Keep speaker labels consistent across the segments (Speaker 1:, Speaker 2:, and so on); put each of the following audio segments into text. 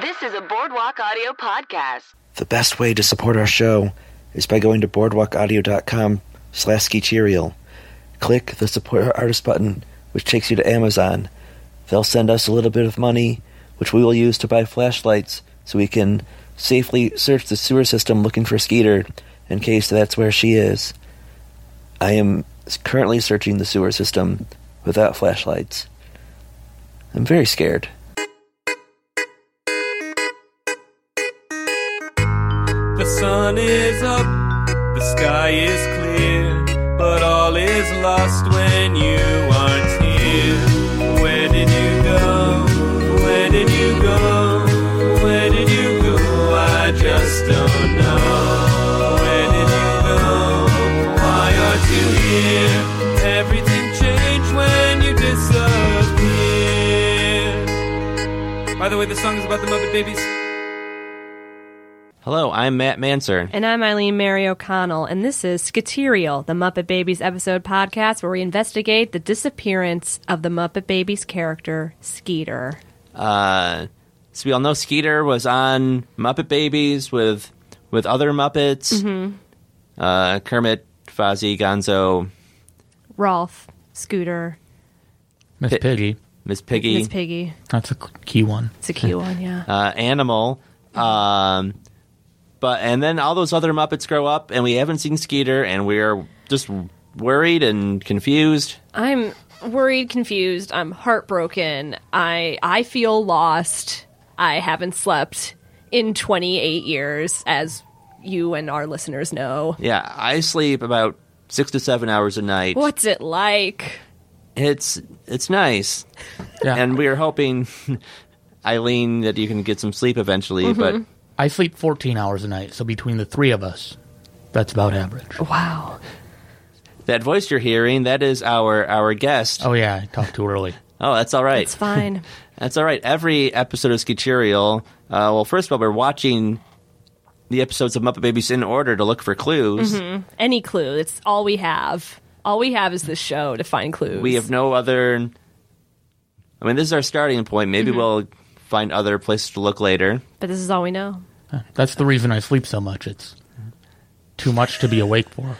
Speaker 1: This is a Boardwalk Audio podcast.
Speaker 2: The best way to support our show is by going to boardwalkaudio.com slash Geecheerial. Click the Support Our Artist button, which takes you to Amazon. They'll send us a little bit of money, which we will use to buy flashlights so we can safely search the sewer system looking for Skeeter in case that's where she is. I am currently searching the sewer system without flashlights. I'm very scared.
Speaker 3: The sun is up, the sky is clear, but all is lost when you aren't here. Where did you go? Where did you go? Where did you go? I just don't know. Where did you go? Why aren't you here? Everything changed when you disappeared. By the way, the song is about the Muppet Babies.
Speaker 4: Hello, I'm Matt Manser.
Speaker 5: And I'm Eileen Mary O'Connell, and this is Skaterial, the Muppet Babies episode podcast where we investigate the disappearance of the Muppet Babies character, Skeeter.
Speaker 4: Uh, so we all know Skeeter was on Muppet Babies with with other Muppets, uh, Kermit, Fozzie, Gonzo,
Speaker 5: Rolf, Scooter,
Speaker 6: Miss
Speaker 4: Pi-
Speaker 6: Piggy.
Speaker 4: Miss Piggy,
Speaker 5: Miss Piggy.
Speaker 6: That's a c- key one.
Speaker 5: It's a cute one, yeah.
Speaker 4: uh, Animal. Um, but and then all those other Muppets grow up, and we haven't seen Skeeter, and we're just worried and confused.
Speaker 5: I'm worried, confused, I'm heartbroken. I I feel lost. I haven't slept in 28 years as you and our listeners know.
Speaker 4: Yeah, I sleep about six to seven hours a night.
Speaker 5: What's it like?
Speaker 4: It's it's nice.
Speaker 6: Yeah.
Speaker 4: and we are hoping Eileen that you can get some sleep eventually. But
Speaker 6: I sleep 14 hours a night, so between the three of us, that's about average.
Speaker 5: Wow.
Speaker 4: that voice you're hearing, that is our our guest. Oh,
Speaker 6: Oh, yeah, I talked too early.
Speaker 4: that's all right.
Speaker 5: It's fine.
Speaker 4: That's all right. Every episode of Skiturial, uh, well, first of all, we're watching the episodes of Muppet Babies in order to look for clues.
Speaker 5: Mm-hmm. any clue. It's all we have. All we have is this show to find clues.
Speaker 4: We have no other. I mean, this is our starting point. Maybe
Speaker 5: Mm-hmm.
Speaker 4: we'll find other places to look later.
Speaker 5: but this is all we know.
Speaker 6: That's the reason I sleep so much. It's too much to be awake for.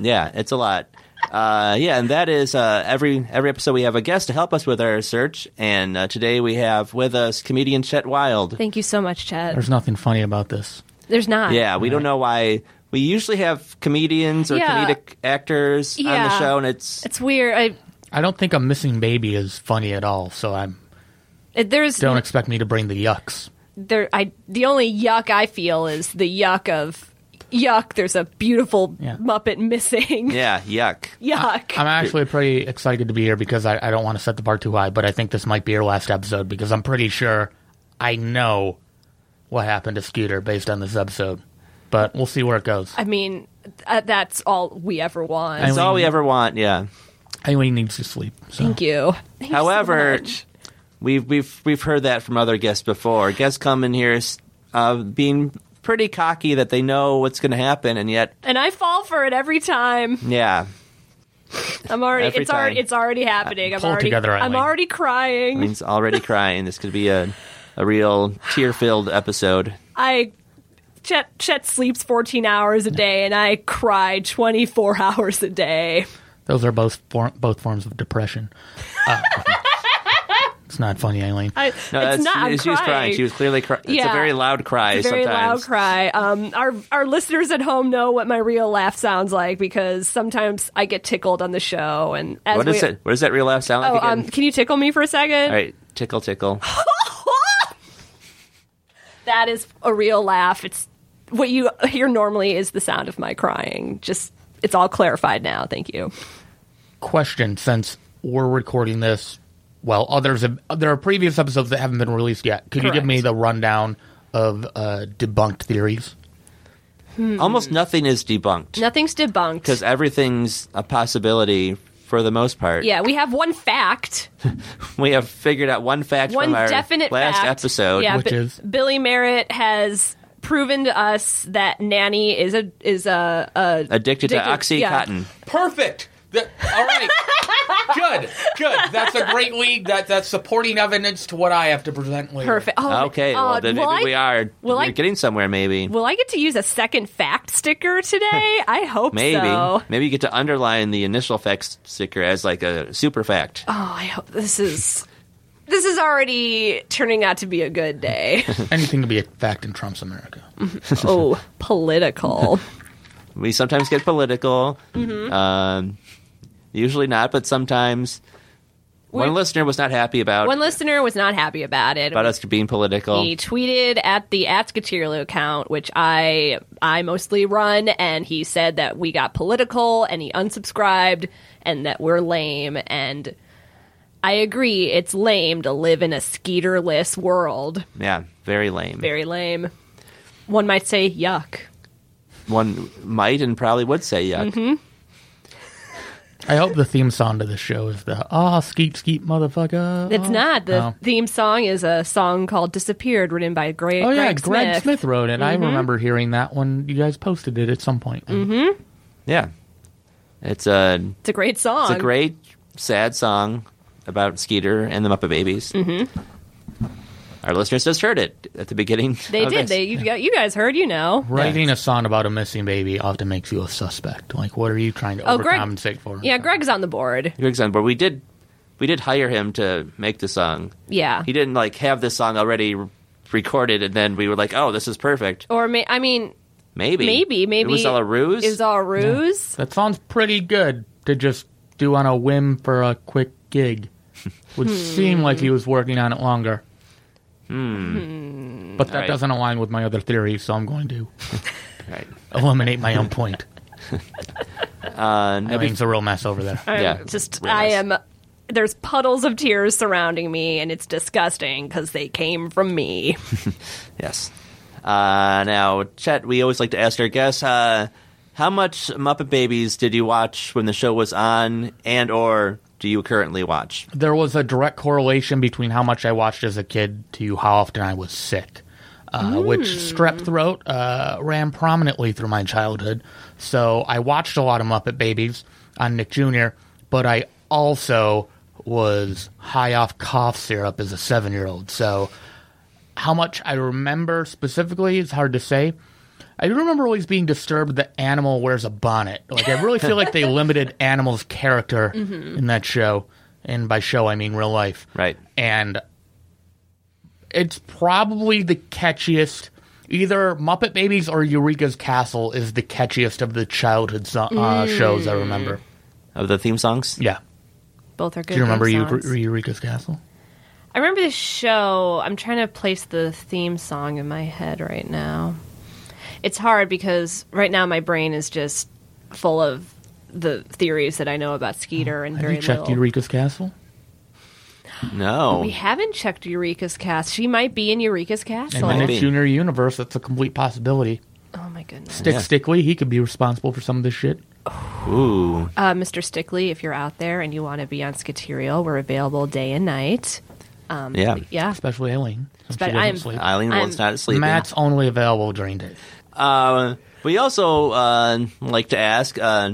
Speaker 4: Yeah, it's a lot. Uh, yeah, and that is uh, every every episode we have a guest to help us with our search. And uh, today we have with us comedian Chet Wild.
Speaker 5: Thank you so much, Chet.
Speaker 6: There's nothing funny about this.
Speaker 5: There's not.
Speaker 4: Yeah, we don't know why we usually have comedians or
Speaker 5: Yeah.
Speaker 4: comedic actors on the
Speaker 5: Yeah.
Speaker 4: show, and it's
Speaker 5: It's weird. I
Speaker 6: I don't think a missing baby is funny at all, so I
Speaker 5: it- there's
Speaker 6: don't expect me to bring the yucks.
Speaker 5: there I the only yuck I feel is the yuck of yuck. There's a beautiful
Speaker 6: Yeah.
Speaker 5: Muppet missing.
Speaker 4: yeah, yuck.
Speaker 5: yuck.
Speaker 6: I'm actually pretty excited to be here because I, I don't want to set the bar too high, but I think this might be our last episode because I'm pretty sure I know what happened to Scooter based on this episode. But we'll see where it goes.
Speaker 5: I mean, th- that's all we ever want.
Speaker 6: I-
Speaker 4: That's all we ever want. Yeah.
Speaker 6: Eileen needs to sleep. So.
Speaker 5: Thank you. Thank you so
Speaker 4: However,
Speaker 5: much.
Speaker 4: we've we've we've heard that from other guests before. Guests come in here uh, being pretty cocky that they know what's going to happen, and yet,
Speaker 5: and I fall for it every time.
Speaker 4: yeah,
Speaker 5: I'm already.
Speaker 4: Every
Speaker 5: it's already.
Speaker 4: time.
Speaker 5: It's already happening. I'm
Speaker 6: Pull it
Speaker 5: already.
Speaker 6: together,
Speaker 5: I'm
Speaker 6: Eileen.
Speaker 5: already crying.
Speaker 4: Eileen's already crying. This could be a a real tear filled episode.
Speaker 5: I Chet Chet sleeps 14 hours a day and I cry 24 hours a day.
Speaker 6: Those are both form, both forms of depression. Uh, it's not funny, Eileen.
Speaker 5: I, it's not. I'm
Speaker 4: she was crying.
Speaker 5: crying.
Speaker 4: She was clearly crying. It's a
Speaker 5: Yeah.
Speaker 4: very loud cry.
Speaker 5: very
Speaker 4: sometimes.
Speaker 5: loud cry. Um, our our listeners at home know what my real laugh sounds like because sometimes I get tickled on the show. And as
Speaker 4: What
Speaker 5: we,
Speaker 4: is it? What does that real laugh sound like
Speaker 5: Oh,
Speaker 4: again?
Speaker 5: um, can you tickle me for a second?
Speaker 4: All right, tickle, tickle.
Speaker 5: That is a real laugh. It's what you hear normally is the sound of my crying. Just it's all clarified now. Thank you.
Speaker 6: Question: Since we're recording this, well, others have, there are previous episodes that haven't been released yet. Could you give me
Speaker 5: Correct.
Speaker 6: the rundown of uh, debunked theories?
Speaker 5: Hmm.
Speaker 4: Almost nothing is debunked
Speaker 5: Nothing's debunked.
Speaker 4: because everything's a possibility for the most part.
Speaker 5: yeah, we have one fact.
Speaker 4: we have figured out one fact
Speaker 5: one
Speaker 4: from our
Speaker 5: definite
Speaker 4: last
Speaker 5: fact,
Speaker 4: episode.
Speaker 5: yeah,
Speaker 6: which
Speaker 5: Bi-
Speaker 6: is?
Speaker 5: Billy Merritt has proven to us that Nanny is a is a, a
Speaker 4: Addicted to
Speaker 5: Addicted-
Speaker 4: Oxycontin.
Speaker 5: yeah.
Speaker 6: Perfect.
Speaker 7: That- all right. good. Good. That's a great league. That that's supporting evidence to what I have to present later.
Speaker 5: Perfect. Oh,
Speaker 4: Ah, Okay, well,
Speaker 5: uh,
Speaker 4: then
Speaker 5: will
Speaker 4: maybe
Speaker 5: I-
Speaker 4: we are
Speaker 5: will I-
Speaker 4: we're getting somewhere, maybe.
Speaker 5: Will I get to use a second fact sticker today? I hope
Speaker 4: Maybe.
Speaker 5: so. Oh,
Speaker 4: Maybe you get to underline the initial fact sticker as like a super fact.
Speaker 5: Oh, I hope this is this is already turning out to be a good day.
Speaker 6: Anything to be a fact in Trump's America.
Speaker 5: oh, political.
Speaker 4: We sometimes get political.
Speaker 5: Mm-hmm.
Speaker 4: Um, usually not, but sometimes. one
Speaker 5: We-
Speaker 4: listener was not happy about,
Speaker 5: One listener was not happy about it.
Speaker 4: about us being political.
Speaker 5: He tweeted at the Atskatirlo account, which I I mostly run, and he said that we got political, and he unsubscribed, and that we're lame. And I agree, it's lame to live in a skeeterless world.
Speaker 4: Yeah, very lame.
Speaker 5: Very lame. One might say, yuck.
Speaker 4: One might and probably would say yuck.
Speaker 5: Mm-hmm.
Speaker 6: I hope the theme song to the show is the ah skeet skeet motherfucker.
Speaker 5: It's not. The
Speaker 6: Oh.
Speaker 5: theme song is a song called "Disappeared," written by Gre-
Speaker 6: Oh yeah,
Speaker 5: Greg, Smith. Mm-hmm.
Speaker 6: wrote it. I remember hearing that when you guys posted it at some point.
Speaker 4: Yeah. It's uh, a,
Speaker 5: It's a great song.
Speaker 4: it's a great, sad song about Skeeter and the Muppet Babies. Mm-hmm. Our listeners just heard it at the beginning.
Speaker 5: They
Speaker 4: of
Speaker 5: did.
Speaker 4: this.
Speaker 5: They you, got- you guys heard. You know.
Speaker 6: Writing a song about a missing baby often makes you a suspect. Like, what are you trying to
Speaker 5: Oh, Greg-
Speaker 6: overcompensate for?
Speaker 5: Yeah, Greg's on the board.
Speaker 4: Greg's on board. We did, we did hire him to make the song.
Speaker 5: Yeah.
Speaker 4: He didn't like have this song already r- recorded, and then we were like, "Oh, this is perfect."
Speaker 5: Or may, I mean,
Speaker 4: Maybe,
Speaker 5: Maybe, maybe
Speaker 4: it was all a ruse.
Speaker 5: it was all a ruse.
Speaker 6: that sounds pretty good to just do on a whim for a quick gig. Would seem like he was working on it longer. Hmm. But that
Speaker 4: All right.
Speaker 6: doesn't align with my other theory, so I'm going to
Speaker 4: right.
Speaker 6: eliminate my own point.
Speaker 4: Uh, no,
Speaker 6: Elaine's a real mess over there.
Speaker 5: I'm
Speaker 4: Yeah,
Speaker 5: just
Speaker 4: real
Speaker 5: I
Speaker 4: nice.
Speaker 5: am. There's puddles of tears surrounding me, and it's disgusting because they came from me.
Speaker 4: yes. Uh, now, Chet, we always like to ask our guests, uh, how much Muppet Babies did you watch when the show was on, and or do you currently watch?
Speaker 6: there was a direct correlation between how much I watched as a kid to how often I was sick, uh, which strep throat uh, ran prominently through my childhood. So I watched a lot of Muppet Babies on Nick Jr., but I also was high off cough syrup as a seven year old. So how much I remember specifically is hard to say. I do remember always being disturbed that Animal wears a bonnet. Like I really feel like they limited Animal's character
Speaker 5: Mm-hmm.
Speaker 6: in that show, and by show I mean real life.
Speaker 4: Right.
Speaker 6: And it's probably the catchiest. Either Muppet Babies or Eureka's Castle is the catchiest of the childhood so- uh,
Speaker 5: Mm.
Speaker 6: shows I remember.
Speaker 4: Of the theme songs?
Speaker 6: Yeah.
Speaker 5: Both are good.
Speaker 6: Do you remember
Speaker 5: theme
Speaker 6: Eure-
Speaker 5: songs.
Speaker 6: Eureka's Castle?
Speaker 5: I remember the show. I'm trying to place the theme song in my head right now. It's hard because right now my brain is just full of the theories that I know about Skeeter and
Speaker 6: Have
Speaker 5: very
Speaker 6: you checked
Speaker 5: little.
Speaker 6: Eureka's Castle?
Speaker 4: No.
Speaker 5: we haven't checked Eureka's cast. She might be in Eureka's
Speaker 6: In
Speaker 5: castle.
Speaker 6: the
Speaker 4: might
Speaker 6: Nick
Speaker 4: be.
Speaker 6: Jr. universe, that's a complete possibility.
Speaker 5: Oh my goodness,
Speaker 6: Stick
Speaker 4: Yeah.
Speaker 6: Stickley, he could be responsible for some of this shit.
Speaker 4: Ooh.
Speaker 5: uh, Mr. Stickley, if you're out there and you want to be on Skaterial, we're available day and night.
Speaker 4: yeah.
Speaker 5: Um, Yeah,
Speaker 6: especially Eileen. since
Speaker 5: But
Speaker 6: she doesn't
Speaker 5: I'm-
Speaker 6: sleep.
Speaker 4: Eileen
Speaker 5: I'm-
Speaker 4: won't not sleeping.
Speaker 6: Matt's only available during days.
Speaker 4: Uh, we also uh, like to ask. Uh,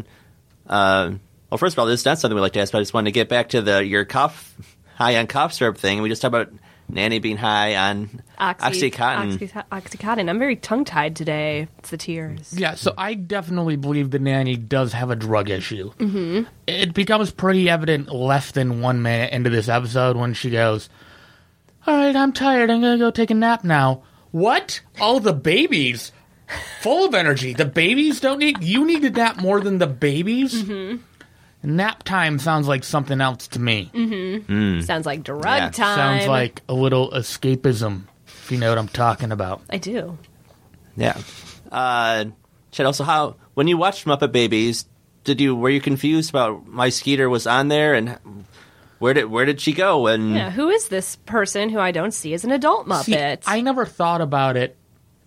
Speaker 4: uh, well, first of all, this is not something we like to ask, but I just wanted to get back to the your cough high on cough syrup thing. We just talked about Nanny being high on
Speaker 5: Oxy-
Speaker 4: OxyContin.
Speaker 5: Oxy- Oxycontin. I'm very tongue tied today. It's the tears.
Speaker 6: Yeah, so I definitely believe the nanny does have a drug issue. Mm-hmm. It becomes pretty evident less than one minute into this episode when she goes, All right, I'm tired. I'm going to go take a nap now. What? All the babies full of energy. The babies don't need, you need to nap more than the babies? Mm-hmm. Nap time sounds like something else to me.
Speaker 5: Sounds like drug
Speaker 4: Hmm. Yeah,
Speaker 5: time.
Speaker 6: Sounds like a little escapism, if you know what I'm talking about.
Speaker 5: I do.
Speaker 4: Yeah. Uh, Chad, also, how when you watched Muppet Babies, did you were you confused about my Skeeter was on there and where did where did she go? And
Speaker 5: Yeah, who is this person who I don't see as an adult
Speaker 6: See,
Speaker 5: Muppet?
Speaker 6: I never thought about it.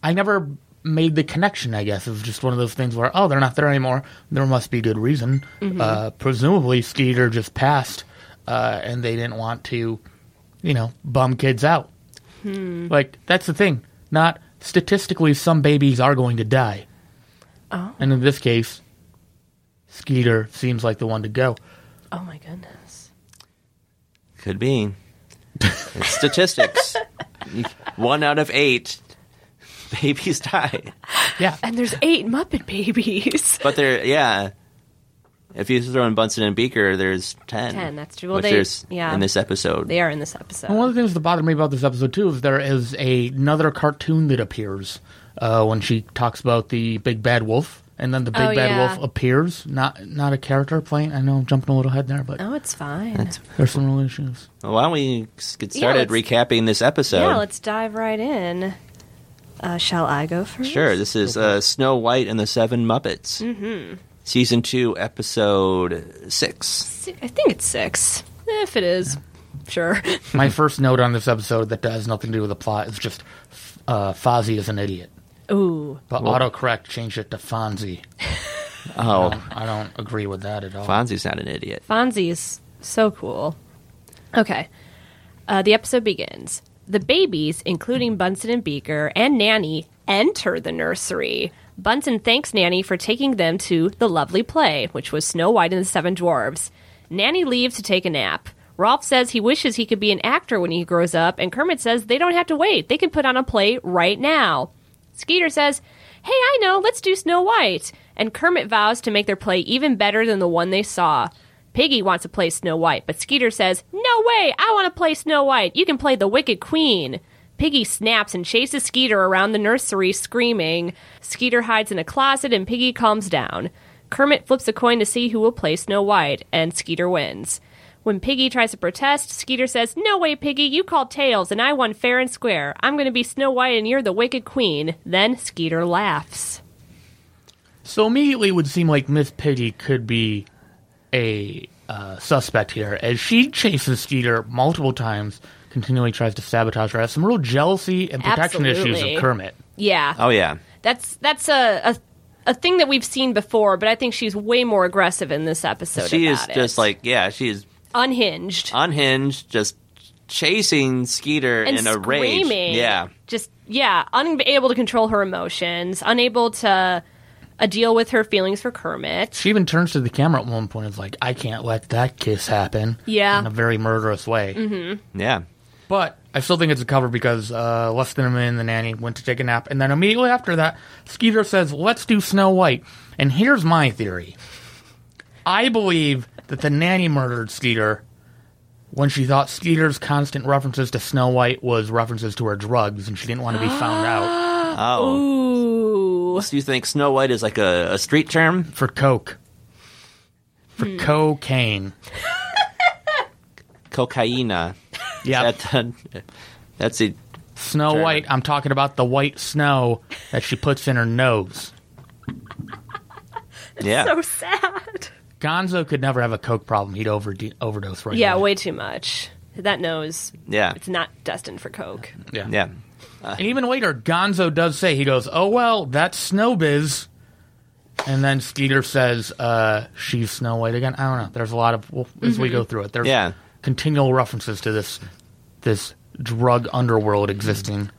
Speaker 6: I never made the connection. I guess it was just one of those things where, oh, they're not there anymore. There must be good reason. Uh, presumably, Skeeter just passed, uh, and they didn't want to, you know, bum kids out. Like that's the thing. Not statistically, some babies are going to die. Oh. And in this case, Skeeter seems like the one to go.
Speaker 5: Oh my goodness.
Speaker 4: Could be. It's statistics. One out of eight babies die.
Speaker 6: Yeah,
Speaker 5: And there's eight Muppet babies.
Speaker 4: But there, yeah. If you throw in Bunsen and Beaker, there's ten.
Speaker 5: 10, that's true. Well,
Speaker 4: which
Speaker 5: they-
Speaker 4: there's
Speaker 5: yeah.
Speaker 4: in this episode.
Speaker 5: They are in this
Speaker 6: And one
Speaker 5: episode.
Speaker 6: of the things that bothered me about this episode too is there is a, another cartoon that appears uh, when she talks about the big bad wolf, and then the big
Speaker 5: Oh,
Speaker 6: bad
Speaker 5: yeah.
Speaker 6: wolf appears, not not a character playing. I know I'm jumping a little ahead there, but
Speaker 5: Oh, it's fine.
Speaker 6: there's some real issues.
Speaker 4: Well, why don't we s- get started
Speaker 5: let's-
Speaker 4: recapping this episode?
Speaker 5: Yeah, let's dive right in. Uh, shall I go first?
Speaker 4: Sure. This is uh, Snow White and the Seven Muppets, mm-hmm. season two, episode six.
Speaker 5: Si- I think it's six. If it is, sure.
Speaker 6: My first note on this episode that has nothing to do with the plot is just uh, Fozzie is an idiot,
Speaker 5: Ooh.
Speaker 6: but autocorrect changed it to Fonzie.
Speaker 4: Oh,
Speaker 6: I don't agree with that at all.
Speaker 4: Fonzie's not an idiot.
Speaker 5: Fonzie is so cool. Okay. Uh, the episode begins. The babies, including Bunsen and Beaker and Nanny, enter the nursery. Bunsen thanks Nanny for taking them to the lovely play, which was Snow White and the Seven Dwarves. Nanny leaves to take a nap. Rolf says he wishes he could be an actor when he grows up, and Kermit says they don't have to wait. They can put on a play right now. Skeeter says, Hey, I know, let's do Snow White. And Kermit vows to make their play even better than the one they saw. Piggy wants to play Snow White, but Skeeter says, No way, I want to play Snow White. You can play the Wicked Queen. Piggy snaps and chases Skeeter around the nursery, screaming. Skeeter hides in a closet, and Piggy calms down. Kermit flips a coin to see who will play Snow White, and Skeeter wins. When Piggy tries to protest, Skeeter says, No way, Piggy, you called Tails, and I won fair and square. I'm going to be Snow White, and you're the Wicked Queen. Then Skeeter laughs.
Speaker 6: So immediately it would seem like Miss Piggy could be a uh, suspect here, as she chases Skeeter multiple times, continually tries to sabotage her. Has some real jealousy and protection issues
Speaker 5: Absolutely.
Speaker 6: of Kermit.
Speaker 5: Yeah.
Speaker 4: Oh yeah,
Speaker 5: That's that's a, a a thing that we've seen before, but I think she's way more aggressive in this episode.
Speaker 4: she is
Speaker 5: about it.
Speaker 4: just like uh, yeah, she is
Speaker 5: unhinged
Speaker 4: unhinged, just chasing Skeeter
Speaker 5: and
Speaker 4: in a
Speaker 5: screaming.
Speaker 4: rage. Yeah,
Speaker 5: just yeah, unable to control her emotions, unable to uh, deal with her feelings for Kermit.
Speaker 6: She even turns to the camera at one point and is like, I can't let that kiss happen.
Speaker 5: Yeah. Mm-hmm.
Speaker 6: In a very murderous way.
Speaker 4: yeah.
Speaker 6: But I still think it's a cover because uh, less than a minute, the nanny went to take a nap, and then immediately after that, Skeeter says, "Let's do Snow White." And here's my theory: I believe that the nanny murdered Skeeter when she thought Skeeter's constant references to Snow White was references to her drugs, and she didn't want to be found out
Speaker 4: Oh,
Speaker 5: Ooh.
Speaker 4: so you think Snow White is like a, a street term?
Speaker 6: for coke, for cocaine.
Speaker 4: Cocaina.
Speaker 6: Yeah,
Speaker 4: That, that's a
Speaker 6: Snow
Speaker 4: German.
Speaker 6: White. I'm talking about the white snow that she puts in her nose.
Speaker 4: yeah.
Speaker 5: So sad.
Speaker 6: Gonzo could never have a coke problem. He'd overde- overdose right
Speaker 5: Yeah,
Speaker 6: away.
Speaker 5: way too much. That nose,
Speaker 4: yeah.
Speaker 5: it's not destined for coke.
Speaker 6: Yeah.
Speaker 4: Yeah.
Speaker 6: And even later, Gonzo does say, he goes, oh, well, that's Snowbiz. And then Skeeter says, uh, she's Snow White again. I don't know. There's a lot of, well, as
Speaker 5: Mm-hmm.
Speaker 6: we go through it, there's
Speaker 4: Yeah.
Speaker 6: continual references to this this drug underworld existing.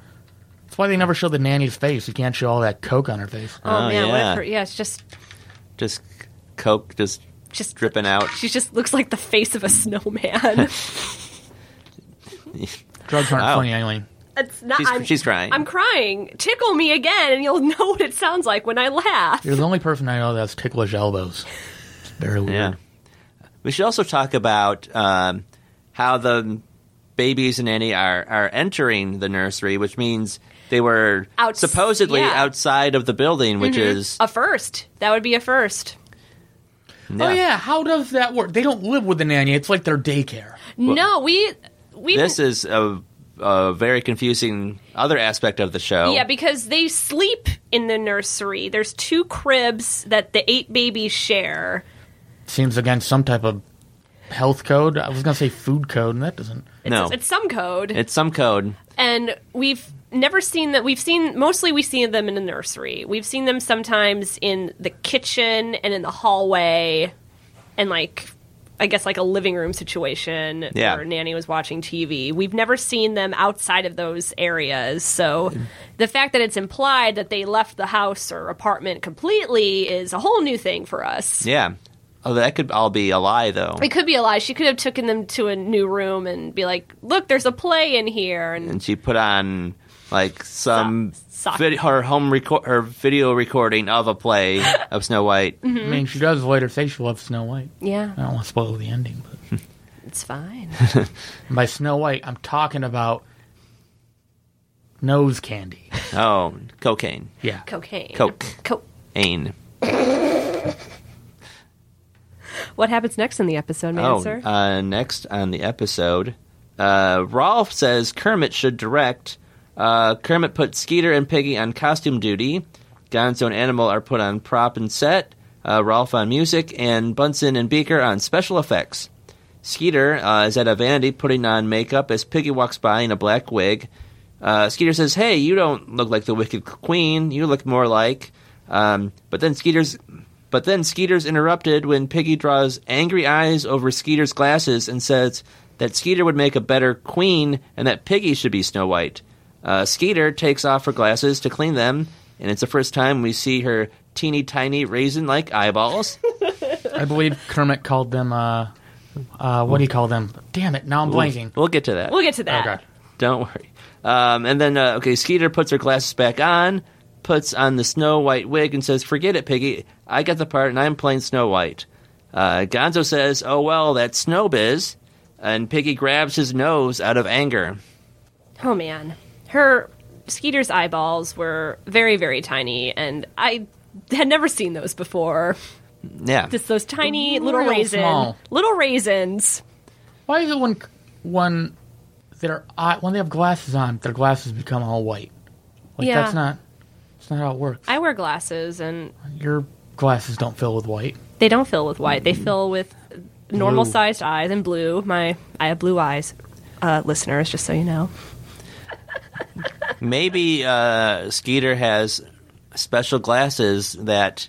Speaker 6: That's why they never show the nanny's face. You can't show all that coke on her face.
Speaker 5: Oh, man, what
Speaker 4: yeah.
Speaker 5: if her, yeah, it's just
Speaker 4: Just coke just
Speaker 5: just
Speaker 4: dripping out.
Speaker 5: She just looks like the face of a snowman.
Speaker 6: Drugs aren't
Speaker 4: Wow.
Speaker 6: funny anyway.
Speaker 5: It's not.
Speaker 4: She's-
Speaker 5: I'm,
Speaker 4: she's crying.
Speaker 5: I'm crying. Tickle me again, and you'll know what it sounds like when I laugh.
Speaker 6: You're the only person I know that has ticklish elbows. It's very weird.
Speaker 4: Yeah. We should also talk about um, how the babies and Annie are, are entering the nursery, which means they were
Speaker 5: Outs-
Speaker 4: supposedly
Speaker 5: yeah. Mm-hmm.
Speaker 4: outside of the building, which is
Speaker 5: A first. That would be a first.
Speaker 6: Oh, yeah. How does that work? They don't live with the nanny. It's like their daycare.
Speaker 5: no, we we
Speaker 4: This is a, a very confusing other aspect of the show.
Speaker 5: yeah because they sleep in the nursery. There's two cribs that the eight babies share.
Speaker 6: seems against some type of health code. I was gonna say food code, and that doesn't.
Speaker 4: no,
Speaker 5: It's some code,
Speaker 4: it's some code.
Speaker 5: and we've never seen that. We've seen mostly we see them in the nursery. We've seen them sometimes in the kitchen and in the hallway, and like I guess like a living room situation
Speaker 4: Yeah.
Speaker 5: where Nanny was watching TV. We've never seen them outside of those areas. So the fact that it's implied that they left the house or apartment completely is a whole new thing for us.
Speaker 4: Yeah. Oh, that could all be a lie, though.
Speaker 5: It could be a lie. She could have taken them to a new room and be like, "Look, there's a play in here." And,
Speaker 4: And she put on like some
Speaker 5: sock.
Speaker 4: vid- her home record her video recording of a play of Snow White.
Speaker 5: Mm-hmm.
Speaker 6: I mean, she does later say she loves Snow White.
Speaker 5: yeah,
Speaker 6: I don't want to spoil the ending, but
Speaker 5: it's fine.
Speaker 6: And by Snow White, I'm talking about nose candy.
Speaker 4: Oh, cocaine,
Speaker 6: Yeah.
Speaker 5: Cocaine.
Speaker 4: coke,
Speaker 5: Coke.
Speaker 4: ain.
Speaker 5: What happens next in the episode, man,
Speaker 4: Oh,
Speaker 5: sir?
Speaker 4: uh, next on the episode, uh, Rolf says Kermit should direct. Uh, Kermit puts Skeeter and Piggy on costume duty. Gonzo and Animal are put on prop and set. Uh, Rolf on music, and Bunsen and Beaker on special effects. Skeeter uh, is at a vanity putting on makeup as Piggy walks by in a black wig. Uh, Skeeter says, "Hey, you don't look like the Wicked Queen. You look more like." Um, but then Skeeter's, but then Skeeter's interrupted when Piggy draws angry eyes over Skeeter's glasses and says that Skeeter would make a better queen and that Piggy should be Snow White. Uh, Skeeter takes off her glasses to clean them, and it's the first time we see her teeny tiny raisin-like eyeballs.
Speaker 6: I believe Kermit called them, uh, uh, what do you call them? Damn it, now I'm blanking.
Speaker 4: We'll get to that.
Speaker 5: we'll get to that.
Speaker 6: Okay.
Speaker 4: Don't worry. Um, and then, uh, okay, Skeeter puts her glasses back on, puts on the Snow White wig, and says, Forget it, Piggy. I got the part, and I'm playing Snow White. Uh, Gonzo says, Oh, well, that's Snow Biz. And Piggy grabs his nose out of anger.
Speaker 5: Oh man, her Skeeter's eyeballs were very, very tiny, and I had never seen those before.
Speaker 4: Yeah.
Speaker 5: Just those tiny
Speaker 6: Real
Speaker 5: little raisin,
Speaker 6: small.
Speaker 5: little raisins.
Speaker 6: Why is it when, when, their eye, when they have glasses on, their glasses become all white? Like,
Speaker 5: Yeah.
Speaker 6: that's not, that's not how it works.
Speaker 5: I wear glasses, and
Speaker 6: Your glasses don't fill with white.
Speaker 5: they don't fill with white. They fill with normal sized eyes and blue. My I have blue eyes, uh, listeners. Just so you know.
Speaker 4: Maybe uh, Skeeter has special glasses that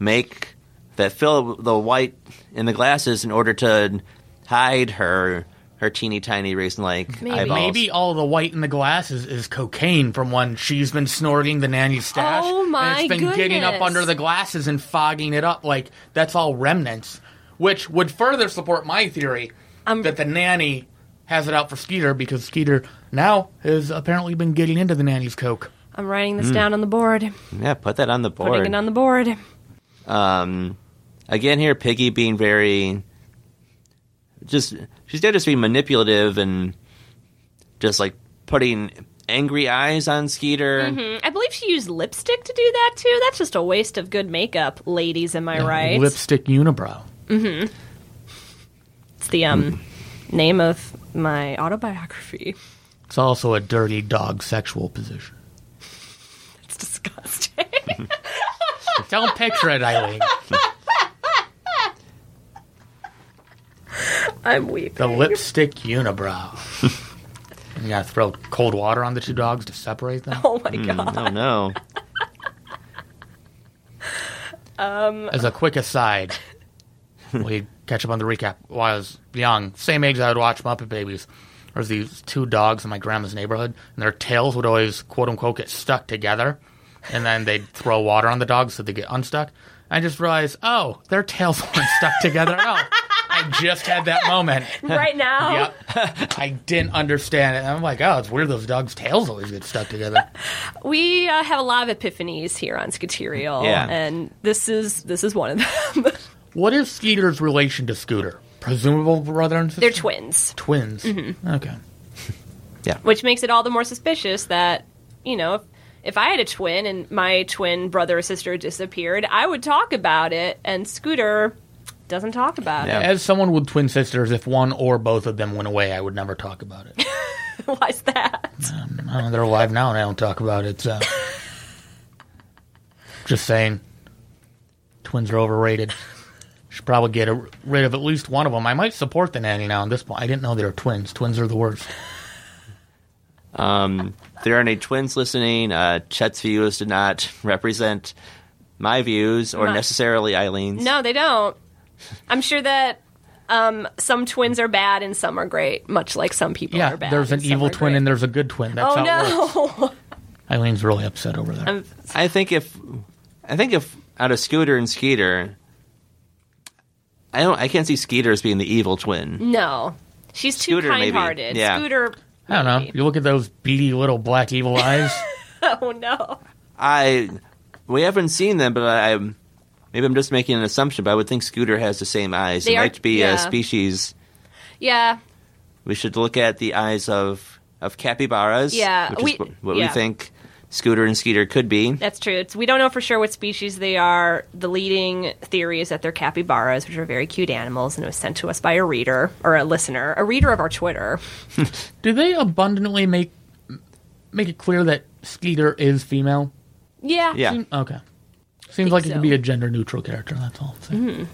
Speaker 4: make that fill the white in the glasses in order to hide her her teeny tiny raisin like
Speaker 5: Maybe.
Speaker 4: eyeballs.
Speaker 6: Maybe all the white in the glasses is cocaine from when she's been snorting the nanny's stash.
Speaker 5: Oh,
Speaker 6: and
Speaker 5: my
Speaker 6: It's been getting up
Speaker 5: goodness.
Speaker 6: under the glasses and fogging it up. Like, that's all remnants.
Speaker 7: which would further support my theory
Speaker 6: that the nanny has it out for Skeeter because Skeeter now has apparently been getting into the nanny's coke.
Speaker 5: I'm writing
Speaker 4: Hmm.
Speaker 5: this down on the board.
Speaker 4: Yeah, put that on the board.
Speaker 5: Putting it on the board.
Speaker 4: um, again, here Piggy being very just she's there just being manipulative and just like putting angry eyes on Skeeter.
Speaker 5: I believe she used lipstick to do that too. That's just a waste of good makeup, ladies. Am I right?
Speaker 6: Lipstick unibrow.
Speaker 5: It's the um name of my autobiography.
Speaker 6: It's also a dirty dog sexual position.
Speaker 5: It's disgusting.
Speaker 6: Don't picture it, Eileen.
Speaker 5: I'm weeping.
Speaker 6: The lipstick unibrow. You gotta throw cold water on the two dogs to separate them.
Speaker 5: Oh my god.
Speaker 4: Oh no.
Speaker 6: As a quick aside, we catch up on the recap. While I was young, same age that I would watch Muppet Babies, there was these two dogs in my grandma's neighborhood, and their tails would always quote unquote get stuck together, and then they'd throw water on the dogs so they get unstuck. I just realized, oh, their tails weren't stuck together at all. I just had that moment.
Speaker 5: Right now.
Speaker 6: Yep. I didn't understand it. I'm like, oh, it's weird those dogs' tails always get stuck together.
Speaker 5: We uh, have a lot of epiphanies here on Skaterial,
Speaker 4: Yeah.
Speaker 5: and this is this is one of them.
Speaker 6: What is Skeeter's relation to Scooter? Presumable brother and sister?
Speaker 5: They're twins,
Speaker 6: twins. Okay.
Speaker 5: which makes it all the more suspicious that, you know, if, if I had a twin and my twin brother or sister disappeared, I would talk about it and Scooter doesn't talk about
Speaker 4: Yeah.
Speaker 6: As someone with twin sisters, if one or both of them went away, I would never talk about it.
Speaker 5: it. Why's that?
Speaker 6: I don't know, they're alive now, and I don't talk about it. So, just saying, twins are overrated. Should probably get a, rid of at least one of them. I might support the nanny now. At this point, I didn't know they were twins. Twins are the worst.
Speaker 4: Um, if there are any twins listening, uh, Chet's views do not represent my views or necessarily Eileen's.
Speaker 5: No, they don't. I'm sure that Um, some twins are bad and some are great, much like some people
Speaker 6: Yeah,
Speaker 5: are bad.
Speaker 6: there's an
Speaker 5: and some
Speaker 6: evil
Speaker 5: are
Speaker 6: twin
Speaker 5: great.
Speaker 6: and there's a good twin. That's
Speaker 5: Oh
Speaker 6: how it works.
Speaker 5: no!
Speaker 6: Eileen's really upset over there.
Speaker 5: I'm-
Speaker 4: I think if I think if out of Scooter and Skeeter, I don't. I can't see Skeeter as being the evil twin.
Speaker 5: no, she's too
Speaker 4: Scooter, maybe.
Speaker 5: kind-hearted.
Speaker 4: Yeah.
Speaker 5: Scooter.
Speaker 6: I don't know.
Speaker 5: maybe.
Speaker 6: You look at those beady little black evil eyes.
Speaker 5: Oh no!
Speaker 4: I we haven't seen them, but I maybe I'm just making an assumption. But I would think Scooter has the same eyes.
Speaker 5: They
Speaker 4: it
Speaker 5: are-
Speaker 4: might be
Speaker 5: yeah.
Speaker 4: a species.
Speaker 5: Yeah,
Speaker 4: We should look at the eyes of of capybaras.
Speaker 5: Yeah,
Speaker 4: which
Speaker 5: we-
Speaker 4: is wh- what we
Speaker 5: yeah.
Speaker 4: think Scooter and Skeeter could be.
Speaker 5: that's true. It's, we don't know for sure what species they are. The leading theory is that they're capybaras, which are very cute animals, and it was sent to us by a reader or a listener, a reader of our Twitter.
Speaker 6: Do they abundantly make make it clear that Skeeter is female?
Speaker 5: Yeah.
Speaker 4: Yeah.
Speaker 6: Seem- okay. Seems like
Speaker 5: so.
Speaker 6: it
Speaker 5: Mm-hmm.
Speaker 6: could be a gender neutral character. That's all. I'm saying.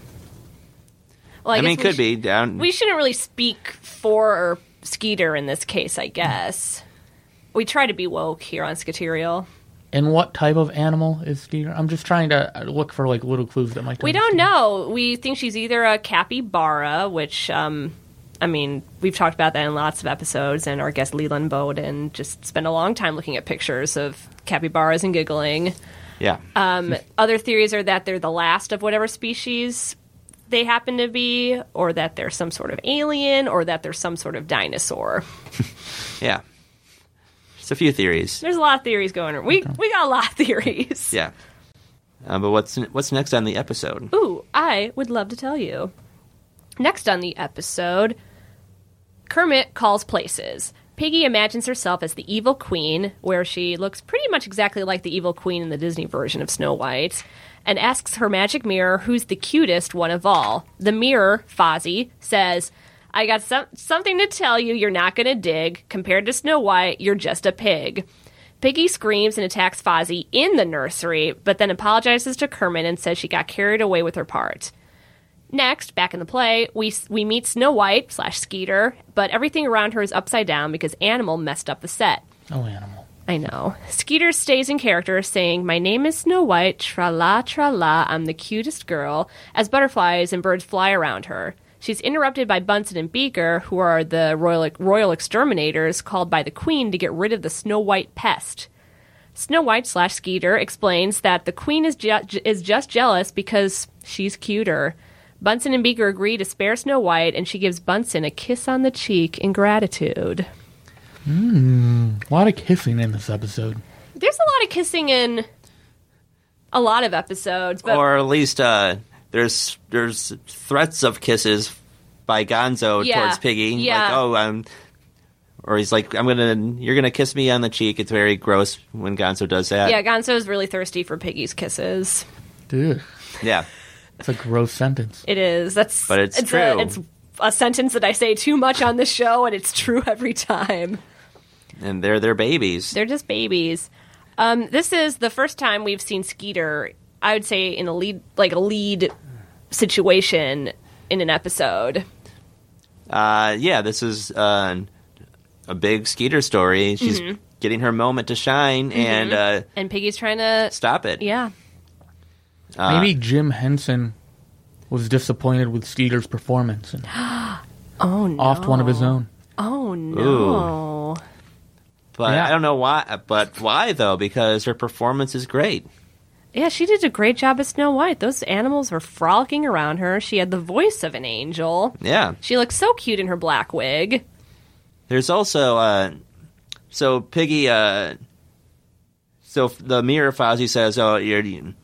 Speaker 5: Well,
Speaker 4: I,
Speaker 5: guess
Speaker 4: mean,
Speaker 5: we
Speaker 4: could
Speaker 5: sh-
Speaker 4: be down.
Speaker 5: We shouldn't really speak for Skeeter in this case, I guess. We try to be woke here on Skaterial.
Speaker 6: And what type of animal is Skeeter? I'm just trying to uh, look for like little clues that might.
Speaker 5: We don't know. We think she's either a capybara, which, um, I mean, we've talked about that in lots of episodes, and our guest Leland Bowden just spent a long time looking at pictures of capybaras and giggling.
Speaker 4: yeah.
Speaker 5: Um, other theories are that they're the last of whatever species they happen to be, or that they're some sort of alien, or that they're some sort of dinosaur.
Speaker 4: yeah. Just a few theories.
Speaker 5: There's a lot of theories going on. We we got a lot of theories.
Speaker 4: Yeah. Uh, but what's what's next on the episode?
Speaker 5: Ooh, I would love to tell you. Next on the episode, Kermit calls places. Piggy imagines herself as the evil queen, where she looks pretty much exactly like the evil queen in the Disney version of Snow White, and asks her magic mirror who's the cutest one of all. The mirror, Fozzie, says, I got some- something to tell you you're not going to dig. Compared to Snow White, you're just a pig. Piggy screams and attacks Fozzie in the nursery, but then apologizes to Kermit and says she got carried away with her part. Next, back in the play, we we meet Snow White slash Skeeter, but everything around her is upside down because Animal messed up the set.
Speaker 6: No animal.
Speaker 5: I know. Skeeter stays in character, saying, My name is Snow White, tra la tra la, I'm the cutest girl, as butterflies and birds fly around her. She's interrupted by Bunsen and Beaker, who are the royal, royal exterminators called by the Queen to get rid of the Snow White pest. Snow White slash Skeeter explains that the Queen is, ju- is just jealous because she's cuter. Bunsen and Beaker agree to spare Snow White, and she gives Bunsen a kiss on the cheek in gratitude.
Speaker 6: A lot of kissing in this episode.
Speaker 5: There's a lot of kissing in a lot of episodes, but
Speaker 4: or at least uh, there's there's threats of kisses by Gonzo
Speaker 5: Yeah.
Speaker 4: towards Piggy. Like,
Speaker 5: Yeah.
Speaker 4: oh, I'm, or he's like, I'm gonna, you're gonna kiss me on the cheek. It's very gross when Gonzo does that.
Speaker 5: yeah, Gonzo's really thirsty for Piggy's kisses.
Speaker 6: Dude,
Speaker 4: Yeah.
Speaker 6: it's a gross sentence.
Speaker 5: It is. That's
Speaker 4: But it's
Speaker 5: A,
Speaker 4: true.
Speaker 5: it's a sentence that I say too much on this show, and it's true every time.
Speaker 4: And they're their babies.
Speaker 5: They're just babies. Um, this is the first time we've seen Skeeter. I would say in a lead, like a lead situation in an episode.
Speaker 4: uh, yeah, this is uh, a big Skeeter story. She's
Speaker 5: Mm-hmm.
Speaker 4: getting her moment to shine and uh,
Speaker 5: And Piggy's trying to,
Speaker 4: stop it.
Speaker 5: Mm-hmm. yeah,
Speaker 4: Uh.
Speaker 6: Maybe Jim Henson was disappointed with Skeeter's performance and
Speaker 5: oh no,
Speaker 6: offed one of his own.
Speaker 5: oh no. Oh,
Speaker 4: But
Speaker 6: Yeah.
Speaker 4: I don't know why. But why though? Because her performance is great.
Speaker 5: Yeah, she did a great job as Snow White. Those animals were frolicking around her. She had the voice of an angel.
Speaker 4: Yeah.
Speaker 5: She looked so cute in her black wig.
Speaker 4: There's also uh, so Piggy. Uh, so f- the mirror Fozzie says, "Oh, you're you-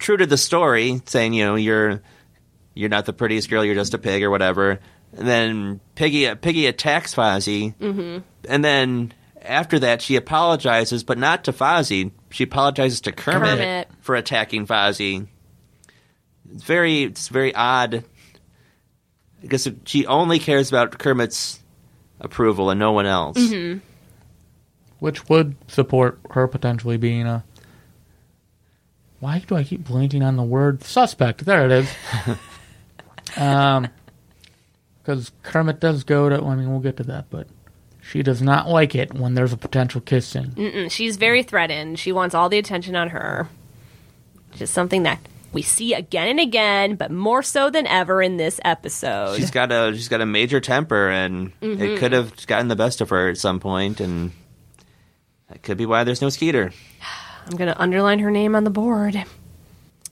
Speaker 4: true to the story, saying you know you're you're not the prettiest girl, you're just a pig or whatever." And then Piggy uh, Piggy attacks Fozzie, mm-hmm. and then after that she apologizes, but not to Fozzie. She apologizes to Kermit,
Speaker 5: Kermit.
Speaker 4: for attacking Fozzie. It's very it's very odd. I guess she only cares about Kermit's approval and no one else.
Speaker 6: which would support her potentially being a. Why do I keep blanking on the word suspect? There it is. um, because Kermit does go to. I mean, we'll get to that, but she does not like it when there's a potential kissing.
Speaker 5: Mm, She's very threatened. She wants all the attention on her. Just something that we see again and again, but more so than ever in this episode.
Speaker 4: She's got a she's got a major temper, and it could have gotten the best of her at some point, and that could be why there's no Skeeter.
Speaker 5: I'm going to underline her name on the board.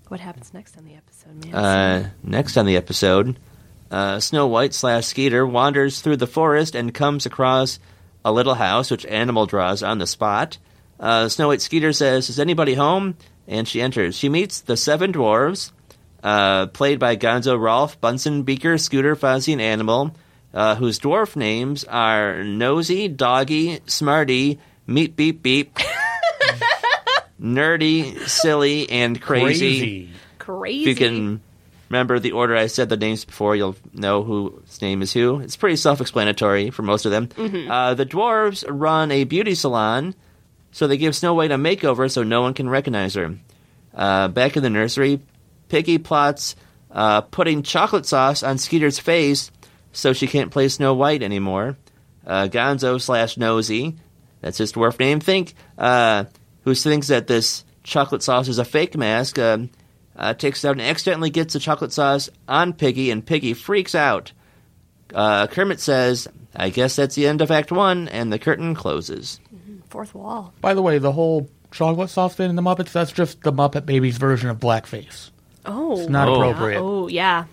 Speaker 5: What happens next on the episode, man?
Speaker 4: Uh, next on the episode, uh, Snow White slash Skeeter wanders through the forest and comes across a little house, which Animal draws on the spot. Uh, Snow White Skeeter says, "Is anybody home?" And she enters. She meets the seven dwarves, uh, played by Gonzo, Rolf, Bunsen, Beaker, Scooter, Fozzie, and Animal, uh, whose dwarf names are Nosy, Doggy, Smarty, Meep Beep Beep, Nerdy, Silly, and
Speaker 6: Crazy.
Speaker 5: Crazy.
Speaker 4: if you can remember the order I said the names before, you'll know whose name is who. It's pretty self-explanatory for most of them. Uh, the dwarves run a beauty salon, so they give Snow White a makeover so no one can recognize her. Uh, back in the nursery, Piggy plots uh, putting chocolate sauce on Skeeter's face so she can't play Snow White anymore. Uh, Gonzo slash Nosy, that's his dwarf name, think, uh, who thinks that this chocolate sauce is a fake mask, um uh, takes it out and accidentally gets the chocolate sauce on Piggy, and Piggy freaks out. Uh, Kermit says, I guess that's the end of Act One, and the curtain closes.
Speaker 5: Fourth wall.
Speaker 6: By the way, the whole chocolate sauce thing in the Muppets, that's just the Muppet Babies version of blackface.
Speaker 5: Oh.
Speaker 6: Not
Speaker 4: Oh.
Speaker 6: appropriate.
Speaker 5: Oh, yeah.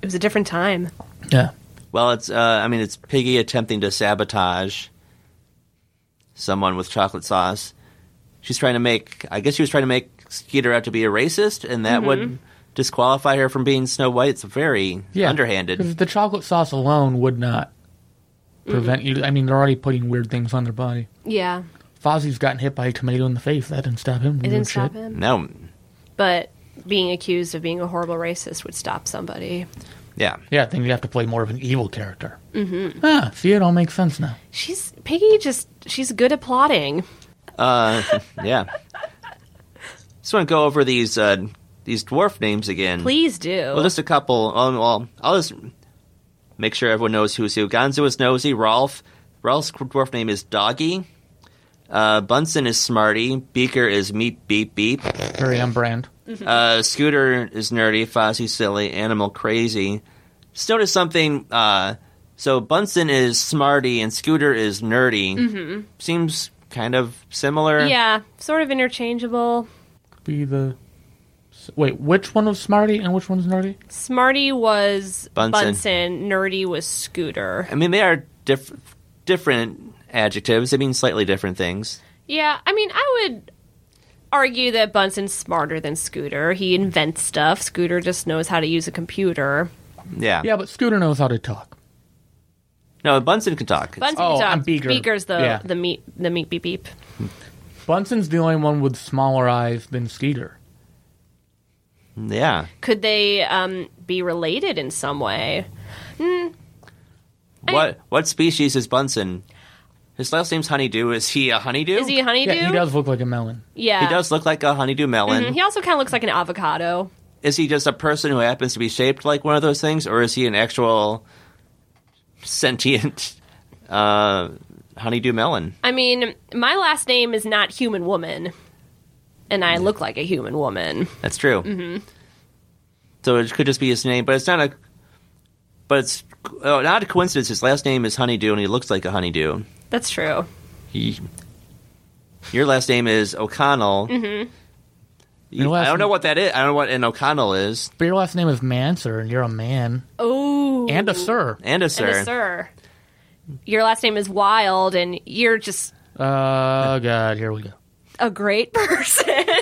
Speaker 5: It was a different time.
Speaker 6: Yeah.
Speaker 4: Well, it's, uh, I mean, it's Piggy attempting to sabotage someone with chocolate sauce. She's trying to make, I guess she was trying to make Skeeter out to be a racist, and that would disqualify her from being Snow White. It's very
Speaker 6: Mm-hmm. Yeah.
Speaker 4: underhanded.
Speaker 6: Because the chocolate sauce alone would not prevent you. I mean, they're already putting weird things on their body.
Speaker 5: Yeah.
Speaker 6: Fozzie's gotten hit by a tomato in the face. That didn't stop him.
Speaker 5: It
Speaker 6: Weird
Speaker 5: didn't stop
Speaker 6: shit.
Speaker 5: him.
Speaker 4: No,
Speaker 5: But being accused of being a horrible racist would stop somebody.
Speaker 4: yeah.
Speaker 6: Yeah, I think you have to play more of an evil character. Mm-hmm. Ah, see, it all makes sense now.
Speaker 5: She's Piggy just she's good at plotting.
Speaker 4: Uh, Yeah. Just want to go over these uh, these dwarf names again.
Speaker 5: Please do.
Speaker 4: Well, just a couple. Um, well, I'll just make sure everyone knows who's who. Gonzo is Nosy. Rolf. Rolf's dwarf name is Doggy. Uh, Bunsen is Smarty. Beaker is Meep Beep Beep.
Speaker 6: Very on brand.
Speaker 4: Uh, Scooter is nerdy, Fozzie silly, Animal crazy. Just notice something. Uh, so Bunsen is smarty and Scooter is nerdy. Mm-hmm. Seems kind of similar.
Speaker 5: yeah, sort of interchangeable.
Speaker 6: Be the. s- Wait, which one was Smarty and which one's Nerdy?
Speaker 5: Smarty was
Speaker 4: Bunsen.
Speaker 5: Bunsen. Nerdy was Scooter.
Speaker 4: I mean, they are diff- different adjectives. They mean slightly different things.
Speaker 5: Yeah, I mean, I would argue that Bunsen's smarter than Scooter. He invents stuff. Scooter just knows how to use a computer.
Speaker 4: Yeah.
Speaker 6: Yeah, but Scooter knows how to talk.
Speaker 4: No, Bunsen can talk. It's-
Speaker 5: Bunsen
Speaker 6: Oh,
Speaker 5: can talk.
Speaker 6: I'm Beaker.
Speaker 5: Beaker's the
Speaker 6: Yeah.
Speaker 5: the meat the meat beep beep.
Speaker 6: Bunson's the only one with smaller eyes than Skeeter.
Speaker 4: yeah.
Speaker 5: Could they um, be related in some way?
Speaker 4: What what species is Bunsen? His last name's Honeydew. Is he a honeydew?
Speaker 5: Is he a honeydew?
Speaker 6: Yeah, he does look like a melon.
Speaker 5: Yeah.
Speaker 4: He does look like a honeydew melon.
Speaker 5: Mm-hmm. He also kind of looks like an avocado.
Speaker 4: Is he just a person who happens to be shaped like one of those things, or is he an actual sentient uh, honeydew melon?
Speaker 5: I mean, my last name is not human woman, and I look like a human woman.
Speaker 4: That's true. Mm-hmm. So it could just be his name, but it's not a. But it's oh, not a coincidence. His last name is Honeydew, and he looks like a honeydew.
Speaker 5: That's true.
Speaker 4: He, your last name is O'Connell. Mm-hmm.
Speaker 6: Your last
Speaker 4: I don't know
Speaker 6: name-
Speaker 4: what that is. I don't know what an O'Connell is.
Speaker 6: But your last name is Manser, and you're a man
Speaker 5: Oh,
Speaker 6: and a sir.
Speaker 4: And a
Speaker 5: and
Speaker 4: sir.
Speaker 5: a sir. Your last name is Wild, and you're just
Speaker 6: Oh uh, God, here we go.
Speaker 5: a great person.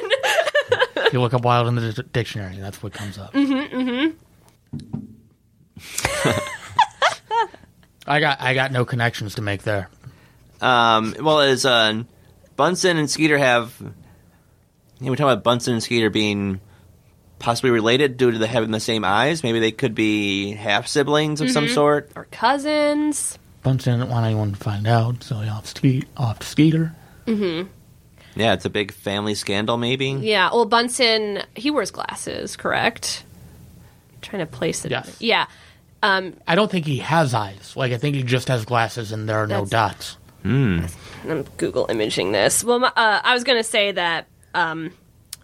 Speaker 6: You look up wild in the d- dictionary, and that's what comes up. Mm-hmm. mm-hmm. I got I got no connections to make there.
Speaker 4: Um, well, as uh, Bunsen and Skeeter have, you know, we talk about Bunsen and Skeeter being possibly related due to the having the same eyes. Maybe they could be half siblings of some sort.
Speaker 5: or cousins.
Speaker 6: Bunsen didn't want anyone to find out, so he off skeet off Skeeter.
Speaker 4: Yeah, it's a big family scandal, maybe.
Speaker 5: Yeah. Well, Bunsen he wears glasses, correct? trying to place it.
Speaker 6: Yes.
Speaker 5: Yeah.
Speaker 6: I don't think he has eyes. Like I think he just has glasses, and there are no
Speaker 5: That's-
Speaker 6: dots.
Speaker 5: I'm Google imaging this. Well, my- uh, I was going to say that um,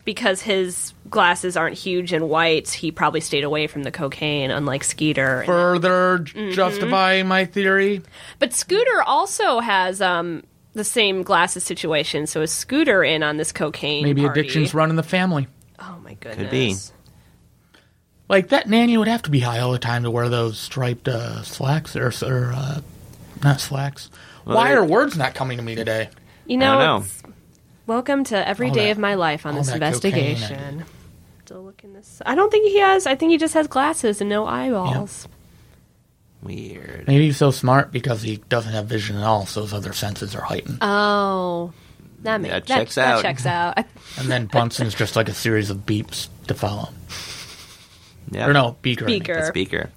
Speaker 5: because his glasses aren't huge and white, he probably stayed away from the cocaine, unlike Skeeter.
Speaker 7: Further justifying my theory.
Speaker 5: But Scooter also has um, the same glasses situation. So is Scooter in on this cocaine?
Speaker 7: Maybe
Speaker 5: party?
Speaker 7: addiction's running the family.
Speaker 5: Oh my goodness.
Speaker 4: Could be.
Speaker 6: Like that nanny would have to be high all the time to wear those striped uh, slacks or, or uh, not slacks. Why
Speaker 4: they-
Speaker 6: are words not coming to me today?
Speaker 5: You
Speaker 4: I
Speaker 5: know.
Speaker 4: don't know.
Speaker 5: it's- Welcome to every day
Speaker 6: All that-
Speaker 5: of my life on
Speaker 6: all
Speaker 5: this
Speaker 6: that cocaine
Speaker 5: investigation. Still looking this. I don't think he has. I think he just has glasses and no eyeballs.
Speaker 4: Weird.
Speaker 6: Maybe he's so smart because he doesn't have vision at all, so his other senses are heightened.
Speaker 5: Oh, that makes
Speaker 4: That
Speaker 5: that,
Speaker 4: checks
Speaker 5: that
Speaker 4: out.
Speaker 5: checks out. I-
Speaker 6: and then Bunsen's just like a series of beeps to follow.
Speaker 4: Yeah.
Speaker 6: Or no, Beaker. I mean.
Speaker 5: Beaker.
Speaker 4: That's Beaker.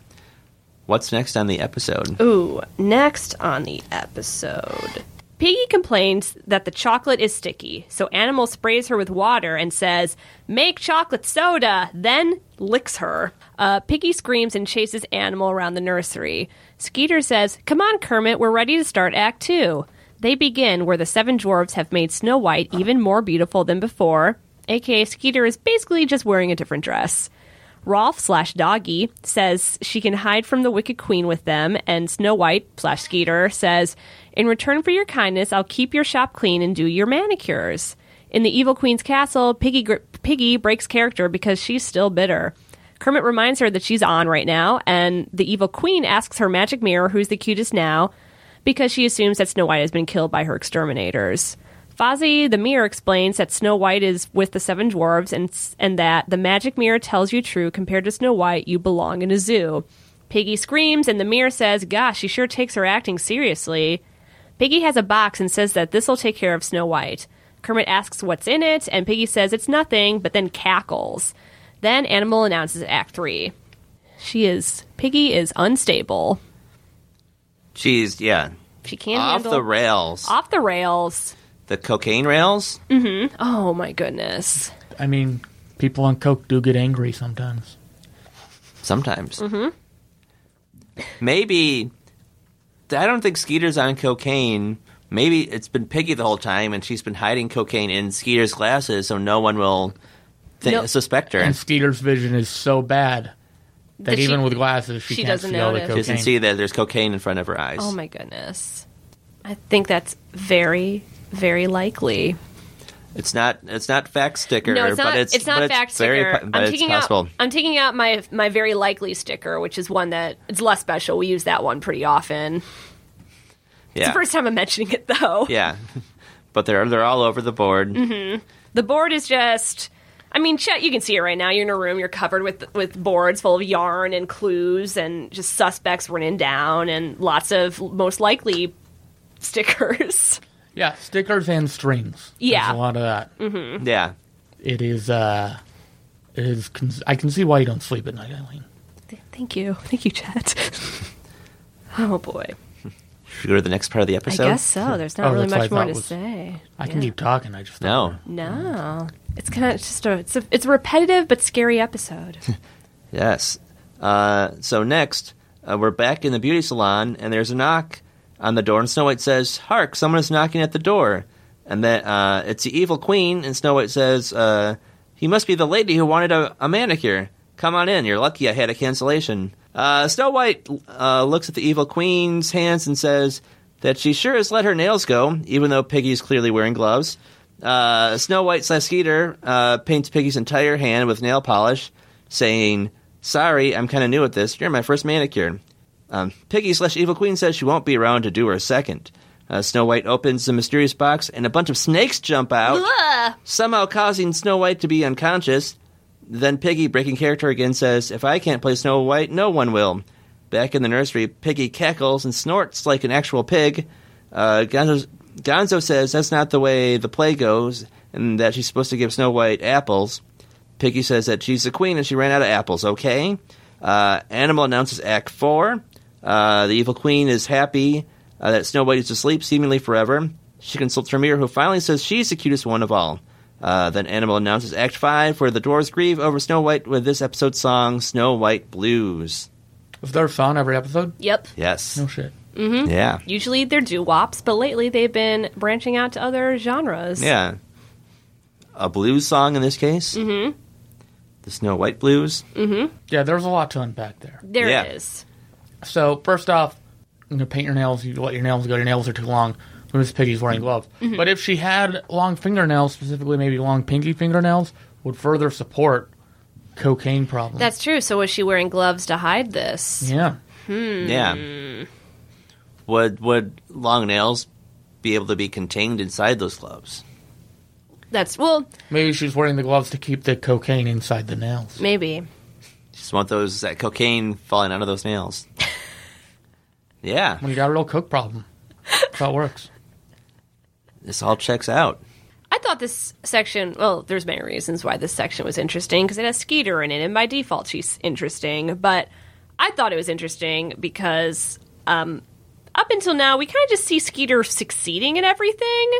Speaker 4: What's next on the episode?
Speaker 5: Ooh, next on the episode. Piggy complains that the chocolate is sticky, so Animal sprays her with water and says, Make chocolate soda, then licks her. Uh, Piggy screams and chases Animal around the nursery. Skeeter says, Come on, Kermit, we're ready to start Act Two. They begin where the seven dwarves have made Snow White even more beautiful than before, aka Skeeter is basically just wearing a different dress. Rolf slash Doggy says she can hide from the Wicked Queen with them, and Snow White slash Skeeter says, In return for your kindness, I'll keep your shop clean and do your manicures. In the Evil Queen's castle, Piggy, gr- Piggy breaks character because she's still bitter. Kermit reminds her that she's on right now, and the Evil Queen asks her magic mirror who's the cutest now because she assumes that Snow White has been killed by her exterminators. Fozzie the Mirror explains that Snow White is with the seven dwarves and and that the magic mirror tells you true compared to Snow White you belong in a zoo. Piggy screams and the mirror says, "Gosh, she sure takes her acting seriously." Piggy has a box and says that this'll take care of Snow White. Kermit asks what's in it and Piggy says it's nothing but then cackles. Then Animal announces act 3. She is Piggy is unstable.
Speaker 4: Jeez, yeah.
Speaker 5: She can't
Speaker 4: Off
Speaker 5: handle
Speaker 4: the rails.
Speaker 5: off the rails.
Speaker 4: The cocaine rails?
Speaker 5: Oh my goodness.
Speaker 6: I mean, people on coke do get angry sometimes.
Speaker 4: Sometimes. Mm-hmm.
Speaker 5: Mm-hmm.
Speaker 4: Maybe. I don't think Skeeter's on cocaine. Maybe it's been Piggy the whole time and she's been hiding cocaine in Skeeter's glasses so no one will thi-
Speaker 5: Nope.
Speaker 4: suspect her.
Speaker 6: And Skeeter's vision is so bad that
Speaker 5: That she-
Speaker 6: even with glasses, she,
Speaker 5: she
Speaker 6: can't
Speaker 5: doesn't
Speaker 6: see all the
Speaker 5: notice.
Speaker 6: cocaine.
Speaker 4: She doesn't see that there's cocaine in front of her eyes.
Speaker 5: Oh my goodness. I think that's very, very likely.
Speaker 4: It's not. It's not fact sticker.
Speaker 5: No, it's not.
Speaker 4: But
Speaker 5: It's,
Speaker 4: it's,
Speaker 5: not
Speaker 4: but
Speaker 5: fact
Speaker 4: it's very,
Speaker 5: sticker.
Speaker 4: po- But
Speaker 5: I'm
Speaker 4: it's
Speaker 5: taking
Speaker 4: possible.
Speaker 5: out. I'm taking out my my very likely sticker, which is one that it's less special. We use that one pretty often.
Speaker 4: yeah.
Speaker 5: It's the first time I'm mentioning it though.
Speaker 4: Yeah. But they're they're all over the board.
Speaker 5: The board is just. I mean, Chet, you can see it right now. You're in a room. You're covered with with boards full of yarn and clues, and just suspects written down, and lots of most likely stickers.
Speaker 6: Yeah, stickers and strings.
Speaker 5: Yeah. Mm.
Speaker 6: There's a lot of that.
Speaker 4: Yeah.
Speaker 6: It is. uh It is. Con- I can see why you don't sleep at night, Eileen.
Speaker 5: Th- Thank you. Thank you, Chet. oh, boy.
Speaker 4: Should we go to the next part of the
Speaker 5: I
Speaker 4: episode?
Speaker 5: guess so. There's not
Speaker 6: Oh,
Speaker 5: really
Speaker 6: that's what
Speaker 5: much more
Speaker 6: I thought
Speaker 5: to
Speaker 6: was-
Speaker 5: say.
Speaker 6: I can
Speaker 5: Yeah.
Speaker 6: keep talking. I just
Speaker 4: No.
Speaker 5: No. It's kind of just a it's, a it's a repetitive but scary episode.
Speaker 4: Yes. Uh, so next, uh, we're back in the beauty salon, and there's a knock on the door, and Snow White says, "Hark! Someone is knocking at the door." And then uh, it's the evil queen, and Snow White says, uh, "He must be the lady who wanted a, a manicure. Come on in. You're lucky I had a cancellation." Uh, Snow White uh, looks at the evil queen's hands and says that she sure has let her nails go, even though Piggy's clearly wearing gloves. Uh, Snow White slash Skeeter uh, paints Piggy's entire hand with nail polish, saying, "Sorry, I'm kind of new at this. You're my first manicure." Um, Piggy slash Evil Queen says she won't be around to do her second. Uh, Snow White opens the mysterious box, and a bunch of snakes jump out, somehow causing Snow White to be unconscious. Then Piggy, breaking character again, says, "If I can't play Snow White, no one will." Back in the nursery, Piggy cackles and snorts like an actual pig. Uh, Gonzo, Gonzo says that's not the way the play goes, and that she's supposed to give Snow White apples. Piggy says that she's the queen and she ran out of apples, okay? Uh, Animal announces Act 4. Uh, the evil queen is happy uh, that Snow White is asleep, seemingly forever. She consults her mirror, who finally says she's the cutest one of all. Uh, then Animal announces Act 5, where the dwarves grieve over Snow White with this episode's song, Snow White Blues.
Speaker 6: Is there a song every episode?
Speaker 5: yep.
Speaker 4: Yes.
Speaker 6: No shit.
Speaker 4: Yeah.
Speaker 5: Usually they're doo wops, but lately they've been branching out to other genres.
Speaker 4: Yeah. a blues song in this case. Mm-hmm. The Snow White blues.
Speaker 6: Yeah, there's a lot to unpack there.
Speaker 5: There
Speaker 4: Yeah.
Speaker 5: it is.
Speaker 6: So first off, you know, paint your nails. You let your nails go. Your nails are too long. So Miss Piggy's wearing gloves. But if she had long fingernails, specifically maybe long pinky fingernails, would further support cocaine problem.
Speaker 5: That's true. So was she wearing gloves to hide this?
Speaker 6: yeah.
Speaker 4: Yeah. Would would long nails be able to be contained inside those gloves?
Speaker 5: That's well,
Speaker 6: Maybe she's wearing the gloves to keep the cocaine inside the nails.
Speaker 5: maybe.
Speaker 4: Just want those that cocaine falling out of those nails. yeah,
Speaker 6: When you got a real coke problem, that's how it works.
Speaker 4: this all checks out.
Speaker 5: I thought this section. Well, there's many reasons why this section was interesting because it has Skeeter in it, and by default she's interesting. But I thought it was interesting because um, up until now we kind of just see Skeeter succeeding in everything.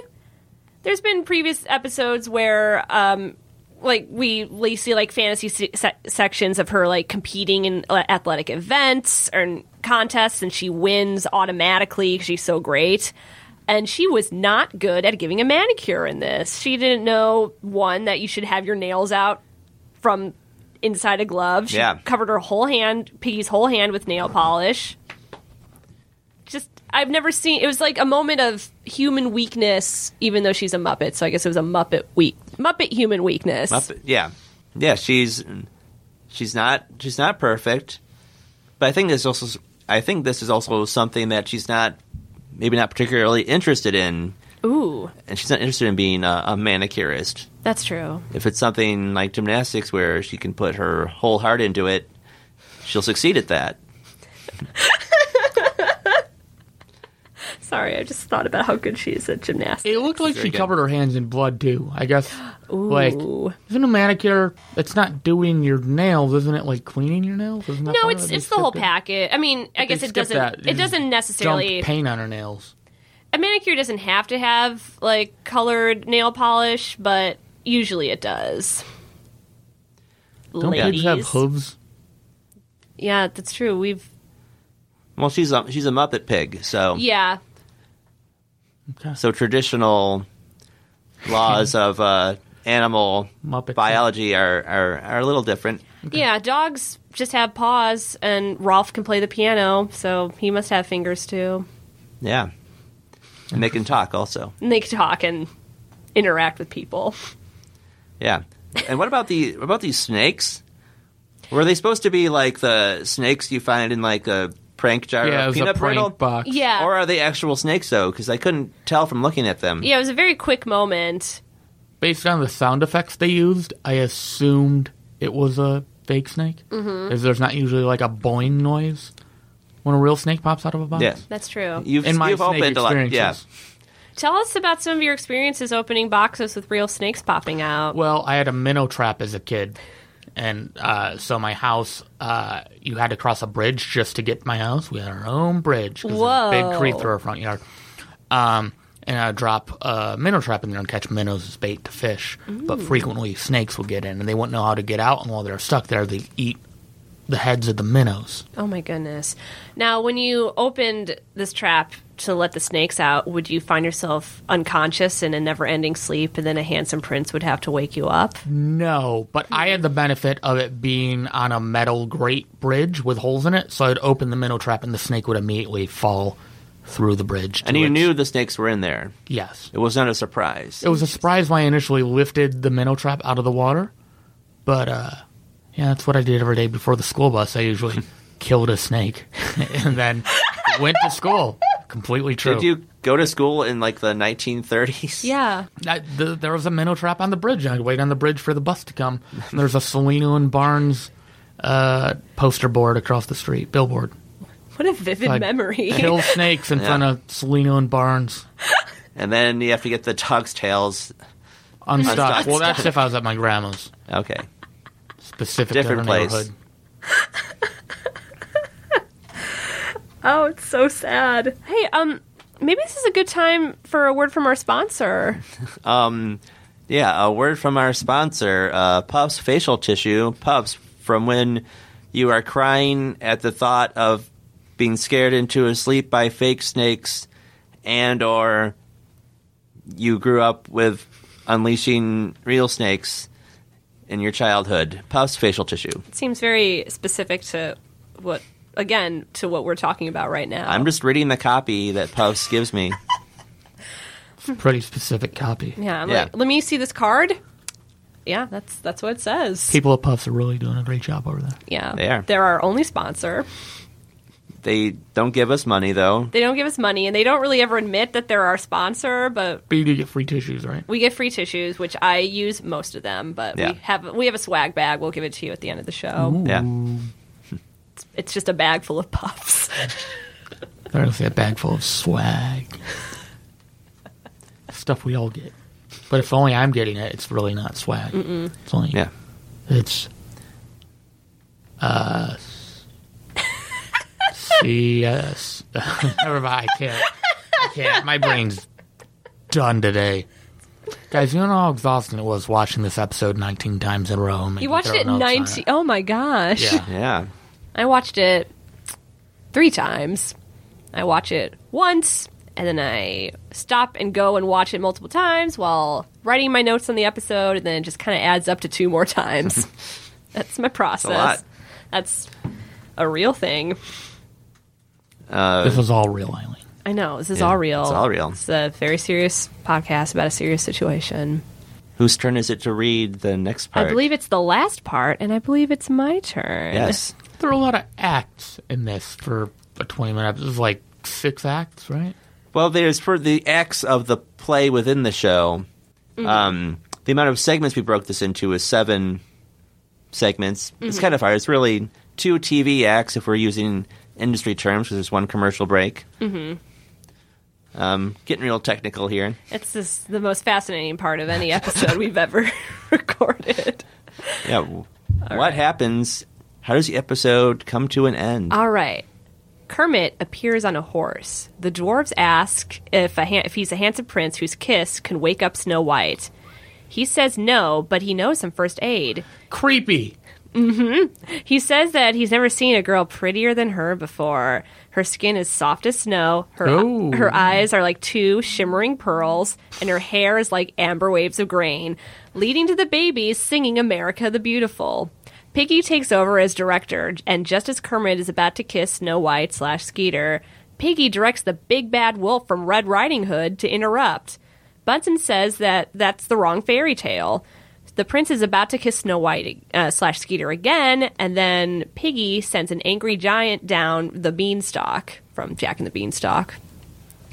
Speaker 5: There's been previous episodes where, um, like, we we see like fantasy se- se- sections of her like competing in uh, athletic events or contests, and she wins automatically 'cause she's so great and she was not good at giving a manicure in this. She didn't know one that you should have your nails out from inside a glove. She
Speaker 4: Yeah.
Speaker 5: covered her whole hand, Piggy's whole hand with nail polish. Just I've never seen it was like a moment of human weakness even though she's a muppet. So I guess it was a muppet weak muppet human weakness.
Speaker 4: Muppet, yeah, yeah. She's she's not she's not perfect, but I think this also I think this is also something that she's not maybe not particularly interested in,
Speaker 5: Ooh,
Speaker 4: and she's not interested in being a, a manicurist.
Speaker 5: that's true.
Speaker 4: If it's something like gymnastics where she can put her whole heart into it, she'll succeed at that.
Speaker 5: Sorry, I just thought about how good she is at gymnastics.
Speaker 6: It looked like
Speaker 4: Very
Speaker 6: she
Speaker 4: good.
Speaker 6: covered her hands in blood too. I guess, like,
Speaker 5: Ooh.
Speaker 6: isn't a manicure? It's not doing your nails, isn't it? Like cleaning your nails? Isn't that
Speaker 5: No,
Speaker 6: part
Speaker 5: it's
Speaker 6: of it?
Speaker 5: it's the whole
Speaker 6: They
Speaker 5: packet. I mean, I guess it
Speaker 6: skip
Speaker 5: doesn't
Speaker 6: that. They
Speaker 5: it
Speaker 6: just
Speaker 5: doesn't
Speaker 6: dump
Speaker 5: necessarily
Speaker 6: paint on her nails.
Speaker 5: a manicure doesn't have to have like colored nail polish, but usually it does.
Speaker 6: Don't
Speaker 5: Ladies.
Speaker 6: pigs have hooves?
Speaker 5: Yeah, that's true. We've
Speaker 4: Well, she's a she's a Muppet pig, so
Speaker 5: yeah.
Speaker 4: so traditional laws of uh, animal
Speaker 6: Muppet
Speaker 4: biology are, are are a little different.
Speaker 5: Yeah, dogs just have paws and Rolf can play the piano, so he must have fingers too.
Speaker 4: Yeah, and they can talk also.
Speaker 5: And they can talk and interact with people.
Speaker 4: Yeah, and what about the what about these snakes? Were they supposed to be like the snakes you find in like a prank jar
Speaker 6: Yeah,
Speaker 4: of
Speaker 6: it was a
Speaker 4: peanut
Speaker 6: prank
Speaker 4: brittle?
Speaker 6: box.
Speaker 5: Yeah.
Speaker 4: Or are they actual snakes though? Because I couldn't tell from looking at them.
Speaker 5: Yeah, it was a very quick moment.
Speaker 6: Based on the sound effects they used, I assumed it was a fake snake. Mm-hmm. Is there's not usually like a boing noise when a real snake pops out of a box?
Speaker 4: Yeah.
Speaker 5: That's true.
Speaker 4: You've,
Speaker 6: In my
Speaker 4: you've
Speaker 6: snake
Speaker 4: opened a lot.
Speaker 6: experiences.
Speaker 4: Yeah,
Speaker 5: Tell us about some of your experiences opening boxes with real snakes popping out.
Speaker 6: Well, I had a minnow trap as a kid, and uh, so my house, uh, you had to cross a bridge just to get to my house. We had our own bridge. 'cause there's a
Speaker 5: Whoa.
Speaker 6: Big creek through our front yard. Um, and I'd drop a minnow trap in there and catch minnows as bait to fish. But frequently, snakes would get in, and they wouldn't know how to get out. And while they're stuck there, they'd eat the heads of the minnows.
Speaker 5: Oh my goodness. Now, when you opened this trap to let the snakes out, would you find yourself unconscious in a never ending sleep and then a handsome prince would have to wake you up?
Speaker 6: No, but I had the benefit of it being on a metal grate bridge with holes in it, so I'd open the minnow trap and the snake would immediately fall through the bridge. to
Speaker 4: and you
Speaker 6: its-
Speaker 4: knew the snakes were in there.
Speaker 6: Yes.
Speaker 4: It was not a surprise.
Speaker 6: It was a surprise when I initially lifted the minnow trap out of the water, but uh, yeah, that's what I did every day before the school bus. I usually killed a snake and then went to school. Completely true.
Speaker 4: Did you go to school in like the 1930s?
Speaker 5: Yeah.
Speaker 6: I, th- there was a minnow trap on the bridge. I'd wait on the bridge for the bus to come. There's a Salino and Barnes uh, poster board across the street, billboard.
Speaker 5: What a vivid
Speaker 6: Like,
Speaker 5: memory.
Speaker 6: Kill snakes in front of Salino and Barnes.
Speaker 4: And then you have to get the dog's tails.
Speaker 6: Unstuck.
Speaker 4: Unstuck.
Speaker 6: Well, that's if I was at my grandma's,
Speaker 4: Okay.
Speaker 6: specific
Speaker 4: Different
Speaker 6: to her
Speaker 4: place.
Speaker 6: neighborhood.
Speaker 5: Oh, it's so sad. Hey, um, maybe this is a good time for a word from our sponsor.
Speaker 4: Yeah, a word from our sponsor, uh, Puffs Facial Tissue. Puffs, from when you are crying at the thought of being scared into a sleep by fake snakes and or you grew up with unleashing real snakes in your childhood. Puff's facial tissue.
Speaker 5: It seems very specific to what, again, to what we're talking about right now.
Speaker 4: I'm just reading the copy that Puff's gives me.
Speaker 6: Pretty specific copy.
Speaker 5: yeah, I'm
Speaker 4: yeah.
Speaker 5: like, let me see this card. Yeah, that's that's what it says.
Speaker 6: People at Puffs are really doing a great job over there.
Speaker 5: yeah,
Speaker 4: They are.
Speaker 5: They're our only sponsor.
Speaker 4: They don't give us money though.
Speaker 5: They don't give us money, and they don't really ever admit that they're our sponsor. But
Speaker 6: But you do get free tissues, right?
Speaker 5: we get free tissues, which I use most of them. But
Speaker 4: Yeah.
Speaker 5: we have we have a swag bag. We'll give it to you at the end of the show.
Speaker 4: Yeah.
Speaker 5: It's just a bag full of puffs.
Speaker 6: They're gonna say a bag full of swag. Stuff we all get. But if only I'm getting it, it's really not swag. It's only
Speaker 4: Yeah.
Speaker 6: It's uh CS. Never mind. I can't. I can't. My brain's done today. Guys, you don't know how exhausting it was watching this episode 19 times in a row. and
Speaker 5: You
Speaker 6: making
Speaker 5: watched
Speaker 6: thorough
Speaker 5: it
Speaker 6: notes on
Speaker 5: ninety. Oh my gosh!
Speaker 6: Yeah.
Speaker 4: Yeah.
Speaker 5: I watched it three times. I watch it once, and then I stop and go and watch it multiple times while writing my notes on the episode, and then it just kind of adds up to two more times. That's my process.
Speaker 4: lot.
Speaker 5: That's a real thing.
Speaker 6: This was all real, Eileen.
Speaker 5: I know this is
Speaker 4: Yeah,
Speaker 5: all real.
Speaker 4: it's all real.
Speaker 5: It's a very serious podcast about a serious situation.
Speaker 4: Whose turn is it to read the next part?
Speaker 5: I believe it's the last part, and I believe it's my turn.
Speaker 4: Yes.
Speaker 6: There are a lot of acts in this for a 20 minute episode. There's like six acts, right?
Speaker 4: Well, there's for the acts of the play within the show. Um, the amount of segments we broke this into is seven segments. It's kind of hard. It's really two TV acts if we're using industry terms because there's one commercial break. Mm-hmm. Um, getting real technical here.
Speaker 5: It's just the most fascinating part of any episode we've ever recorded.
Speaker 4: Yeah. w- what happens? How does the episode come to an end?
Speaker 5: All right. Kermit appears on a horse. The dwarves ask if a ha- if he's a handsome prince whose kiss can wake up Snow White. He says no, but he knows some first aid.
Speaker 6: Creepy.
Speaker 5: He says that he's never seen a girl prettier than her before. Her skin is soft as snow. Her
Speaker 6: Ooh.
Speaker 5: her eyes are like two shimmering pearls, and her hair is like amber waves of grain, leading to the babies singing "America the Beautiful." Piggy takes over as director, and just as Kermit is about to kiss Snow White slash Skeeter, Piggy directs the big bad wolf from Red Riding Hood to interrupt. Bunsen says that that's the wrong fairy tale. The prince is about to kiss Snow White uh, slash Skeeter again, and then Piggy sends an angry giant down the beanstalk from Jack and the Beanstalk.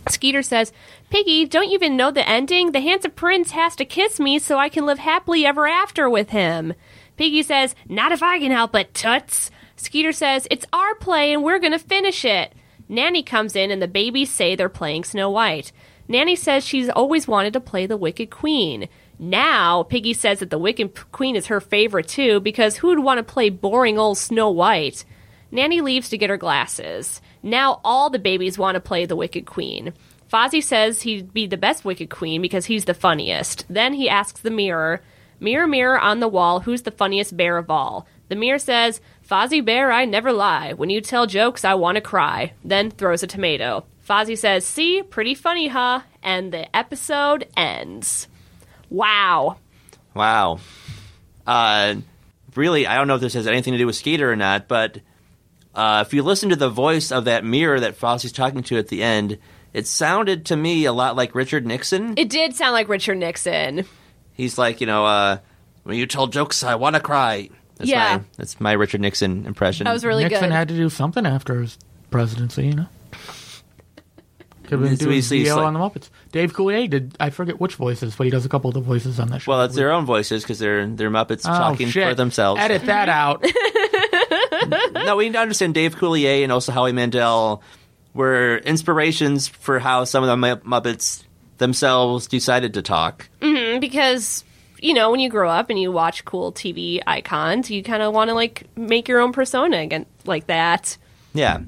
Speaker 5: Skeeter says, Piggy, don't you even know the ending? The handsome prince has to kiss me so I can live happily ever after with him. Piggy says, Not if I can help it, toots. Skeeter says, It's our play and we're going to finish it. Nanny comes in and the babies say they're playing Snow White. Nanny says she's always wanted to play the Wicked Queen. Now, Piggy says that the Wicked P- Queen is her favorite too because who'd want to play boring old Snow White? Nanny leaves to get her glasses. Now all the babies want to play the Wicked Queen. Fozzie says he'd be the best Wicked Queen because he's the funniest. Then he asks the mirror, Mirror, mirror on the wall, who's the funniest bear of all? The mirror says, Fozzie Bear, I never lie. When you tell jokes, I want to cry. Then throws a tomato. Fozzie says, See, pretty funny, huh? And the episode ends. Wow.
Speaker 4: Wow. Uh, really, I don't know if this has anything to do with Skeeter or not, but uh, if you listen to the voice of that mirror that Fozzie's talking to at the end, it sounded to me a lot like Richard Nixon.
Speaker 5: It did sound like Richard Nixon.
Speaker 4: He's like, you know, uh, when you tell jokes, I want to cry. That's
Speaker 5: Yeah.
Speaker 4: My, that's my Richard Nixon impression.
Speaker 5: That was really
Speaker 6: Nixon
Speaker 5: good.
Speaker 6: had to do something after his presidency, you know. Could have been
Speaker 4: It's
Speaker 6: doing
Speaker 4: basically- it's
Speaker 6: VO
Speaker 4: like-
Speaker 6: on the Muppets. Dave Coulier did. I forget which voices, but he does a couple of the voices on that show.
Speaker 4: well, it's their own voices because they're, they're Muppets
Speaker 6: Oh,
Speaker 4: talking
Speaker 6: shit.
Speaker 4: for themselves.
Speaker 6: Edit that out.
Speaker 4: no, we need to understand Dave Coulier and also Howie Mandel were inspirations for how some of the Mu- Muppets themselves decided to talk.
Speaker 5: because you know when you grow up and you watch cool TV icons, you kind of want to like make your own persona again like that.
Speaker 4: Yeah.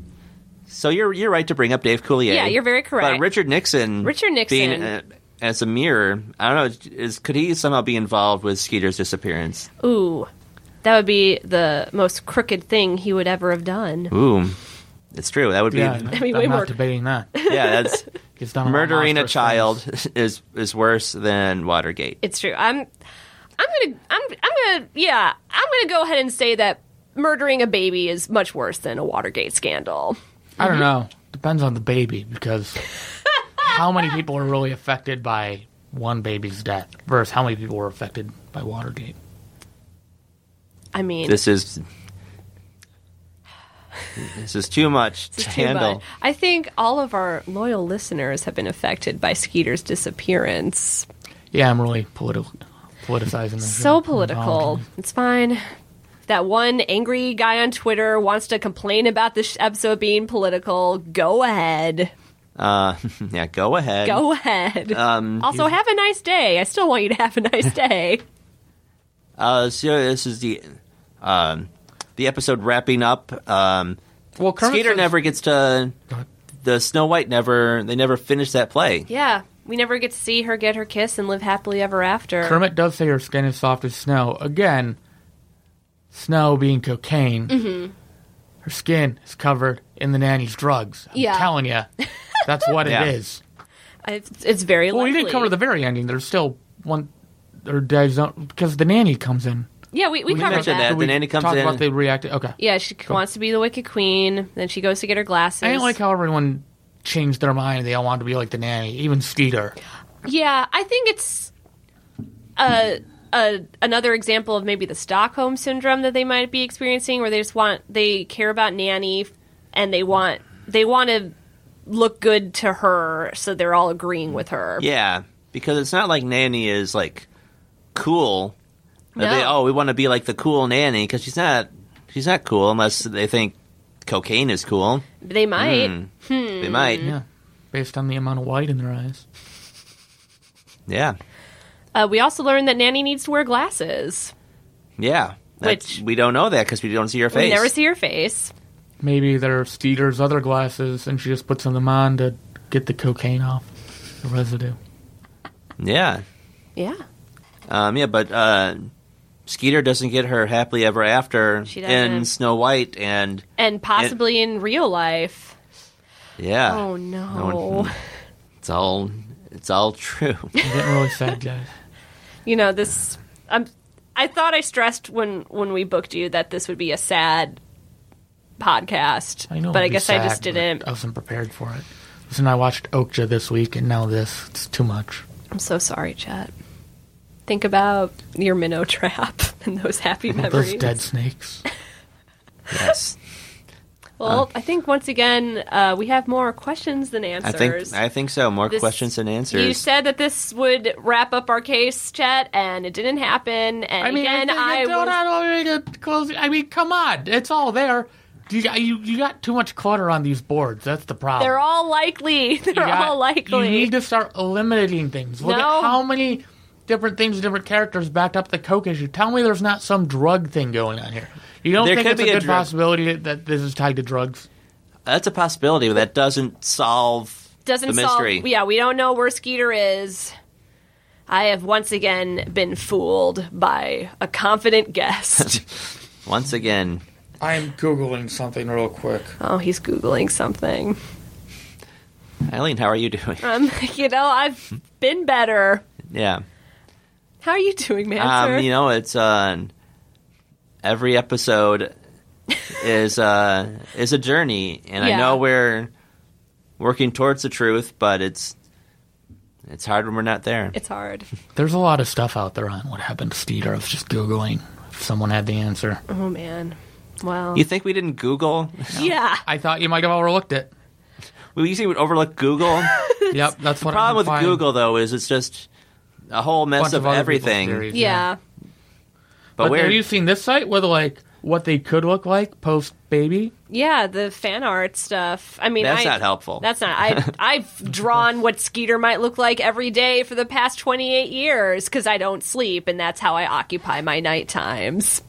Speaker 4: So you're you're right to bring up Dave Coulier.
Speaker 5: Yeah, you're very correct.
Speaker 4: But Richard Nixon,
Speaker 5: Richard Nixon.
Speaker 4: being, uh, as a mirror, I don't know, is could he somehow be involved with Skeeter's disappearance?
Speaker 5: Ooh, that would be the most crooked thing he would ever have done.
Speaker 4: Ooh, it's true. That would be
Speaker 6: Yeah,
Speaker 4: yeah.
Speaker 5: mean, way
Speaker 6: I'm not
Speaker 5: more-
Speaker 6: debating that.
Speaker 4: that's
Speaker 6: He's done a lot
Speaker 4: Murdering a
Speaker 6: monstrous
Speaker 4: child
Speaker 6: things.
Speaker 4: is is worse than Watergate.
Speaker 5: It's true. I'm I'm gonna I'm I'm gonna yeah, I'm gonna go ahead and say that murdering a baby is much worse than a Watergate scandal.
Speaker 6: I
Speaker 5: Mm-hmm.
Speaker 6: don't know. Depends on the baby because how many people are really affected by one baby's death versus how many people were affected by Watergate.
Speaker 5: I mean
Speaker 4: This is this is too much to
Speaker 5: it's too bad.
Speaker 4: handle.
Speaker 5: I think all of our loyal listeners have been affected by Skeeter's disappearance.
Speaker 6: Yeah, I'm really political politicizing this.
Speaker 5: So
Speaker 6: and
Speaker 5: political.
Speaker 6: Mm-hmm. involved.
Speaker 5: It's fine. That one angry guy on Twitter wants to complain about this episode being political. Go ahead.
Speaker 4: Uh, yeah, go ahead.
Speaker 5: Go ahead.
Speaker 6: um,
Speaker 5: also, have a nice day. I still want you to have a nice day.
Speaker 4: Uh, so this is the um, the episode wrapping up. Um,
Speaker 7: Well,
Speaker 4: Skeeter
Speaker 7: says-
Speaker 4: never gets to the Snow White. Never they never finish that play.
Speaker 5: Yeah, we never get to see her get her kiss and live happily ever after.
Speaker 6: Kermit does say her skin is soft as snow. Again, snow being cocaine.
Speaker 5: Mm-hmm.
Speaker 6: Her skin is covered in the nanny's drugs. I'm
Speaker 5: Yeah.
Speaker 6: telling you, that's what
Speaker 4: Yeah.
Speaker 6: it is.
Speaker 5: It's, it's very
Speaker 6: Well,
Speaker 5: likely.
Speaker 6: we didn't cover the very ending. There's still one or days because the nanny comes in.
Speaker 5: Yeah, we, we, covered
Speaker 4: mentioned
Speaker 5: that.
Speaker 4: that.
Speaker 6: Did we
Speaker 4: the nanny comes
Speaker 6: talk
Speaker 4: in.
Speaker 6: about the reacted. Okay.
Speaker 5: Yeah, she wants to be the Wicked Queen. Then she goes to get her glasses.
Speaker 6: I didn't like how everyone changed their mind. They all wanted to be like the nanny, even Skeeter.
Speaker 5: Yeah, I think it's a, a another example of maybe the Stockholm syndrome that they might be experiencing, where they just want they care about nanny and they want they want to look good to her, so they're all agreeing with her.
Speaker 4: Yeah, because it's not like Nanny is like cool. That They,
Speaker 5: No.
Speaker 4: oh, we want to be like the cool nanny because she's not. She's not cool unless they think cocaine is cool.
Speaker 5: They might.
Speaker 4: Hmm.
Speaker 5: Hmm.
Speaker 4: They might.
Speaker 6: Yeah, based on the amount of white in their eyes.
Speaker 4: Yeah.
Speaker 5: Uh, we also learned that nanny needs to wear glasses.
Speaker 4: Yeah. That's-
Speaker 5: Which-
Speaker 4: we don't know that because we don't see her face.
Speaker 5: We never see her face.
Speaker 6: Maybe they're Skeeter's other glasses, and she just puts them on to get the cocaine off the residue.
Speaker 4: yeah.
Speaker 5: Yeah.
Speaker 4: Um, yeah, but uh, Skeeter doesn't get her happily ever after
Speaker 5: She doesn't.
Speaker 4: in Snow White, and
Speaker 5: And possibly in real life.
Speaker 4: yeah,
Speaker 5: Oh no.
Speaker 4: Uh, one- it's all it's all true.
Speaker 6: I'm getting really sad, guys.
Speaker 5: You know, this I'm I thought I stressed when when we booked you that this would be a sad podcast.
Speaker 6: I know,
Speaker 5: but
Speaker 6: it'd
Speaker 5: I
Speaker 6: be
Speaker 5: guess I
Speaker 6: sad,
Speaker 5: just
Speaker 6: but
Speaker 5: didn't.
Speaker 6: I wasn't prepared for it. Listen, I watched Okja this week, and now this. It's too much.
Speaker 5: I'm so sorry, Chet. Think about your minnow trap and those happy memories.
Speaker 6: Those dead snakes.
Speaker 4: yes,
Speaker 5: Well, I think once again uh, we have more questions than
Speaker 4: I
Speaker 5: answers.
Speaker 4: think I think so. More
Speaker 5: This-
Speaker 4: questions than answers.
Speaker 5: You said that this would wrap up our case, Chet, and it didn't happen. And again,
Speaker 6: think
Speaker 5: I,
Speaker 6: it's all
Speaker 5: was-
Speaker 6: not already to close. I mean, come on, it's all there. You got, you, you got too much clutter on these boards. That's the problem.
Speaker 5: they're all likely. They're
Speaker 6: You got-
Speaker 5: all
Speaker 6: You
Speaker 5: likely.
Speaker 6: need to start eliminating things. Look
Speaker 5: No.
Speaker 6: at how many different things, different characters backed up the coke issue. Tell me, there's not some drug thing going on here. You don't
Speaker 4: There
Speaker 6: think
Speaker 4: could
Speaker 6: it's a
Speaker 4: be a
Speaker 6: good
Speaker 4: drug-
Speaker 6: possibility that this is tied to drugs?
Speaker 4: That's a possibility, but that doesn't solve
Speaker 5: Doesn't
Speaker 4: the
Speaker 5: solve.
Speaker 4: mystery.
Speaker 5: Yeah, we don't know where Skeeter is. I have once again been fooled by a confident guest.
Speaker 4: Once again,
Speaker 7: I'm googling something real quick.
Speaker 5: oh, he's googling something.
Speaker 4: Eileen, how are you doing?
Speaker 5: Um, you know, I've been better.
Speaker 4: yeah,
Speaker 5: How are you doing, Manser?
Speaker 4: um, you know, it's uh, every episode is uh, is a journey, and I
Speaker 5: Yeah.
Speaker 4: know we're working towards the truth, but it's it's hard when we're not there.
Speaker 5: it's hard.
Speaker 6: There's a lot of stuff out there on what happened to Steeter. I was just googling if someone had the answer.
Speaker 5: Oh man. Well,
Speaker 4: You think we didn't Google?
Speaker 5: yeah.
Speaker 6: I thought you might have overlooked it.
Speaker 4: We usually would overlook Google.
Speaker 6: Yep, that's what. I
Speaker 4: Problem
Speaker 6: can
Speaker 4: with
Speaker 6: find.
Speaker 4: Google though is it's just a whole
Speaker 6: A
Speaker 4: mess
Speaker 6: bunch
Speaker 4: of,
Speaker 6: other people's
Speaker 4: everything.
Speaker 6: theories,
Speaker 5: yeah.
Speaker 4: But,
Speaker 6: But
Speaker 4: we're
Speaker 6: have you seen this site with like what they could look like post baby?
Speaker 5: Yeah, the fan art stuff. I mean,
Speaker 4: That's
Speaker 5: I-
Speaker 4: not helpful.
Speaker 5: That's not. I I've drawn what Skeeter might look like every day for the past twenty eight years because I don't sleep, and that's how I occupy my night times.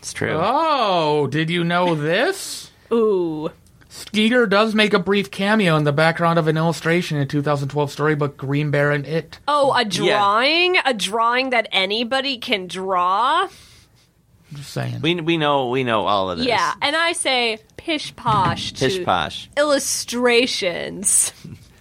Speaker 4: it's true.
Speaker 6: Oh, did you know this?
Speaker 5: Ooh,
Speaker 6: Skeeter does make a brief cameo in the background of an illustration in 2012 storybook Green Bear and It.
Speaker 5: oh, a drawing, a drawing that anybody can draw.
Speaker 6: Just saying.
Speaker 4: We we know we know all of this.
Speaker 5: Yeah, and I say pish posh to
Speaker 4: Pish posh.
Speaker 5: illustrations.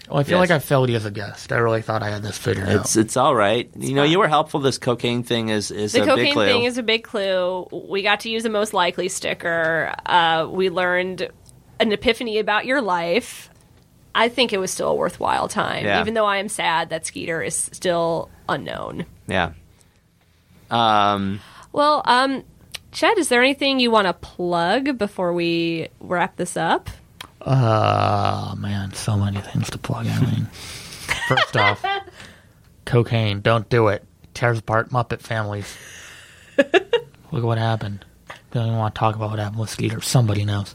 Speaker 6: well, I feel
Speaker 4: Yes.
Speaker 6: like I failed you as a guest. I really thought I had this figured out.
Speaker 4: It's it's all right. you know, you were helpful. This cocaine thing is is
Speaker 5: The
Speaker 4: a big
Speaker 5: cocaine
Speaker 4: clue.
Speaker 5: thing is a big clue. We got to use the most likely sticker. Uh, we learned an epiphany about your life. I think it was still a worthwhile time,
Speaker 4: Yeah.
Speaker 5: even though I am sad that Skeeter is still unknown.
Speaker 4: yeah. Um.
Speaker 5: Well, um, Chad, is there anything you want to plug before we wrap this up?
Speaker 6: Oh man, so many things to plug. I mean, first off, cocaine. Don't do it. Tears apart Muppet families. Look at what happened. Don't even want to talk about what happened with Skeeter. Somebody knows.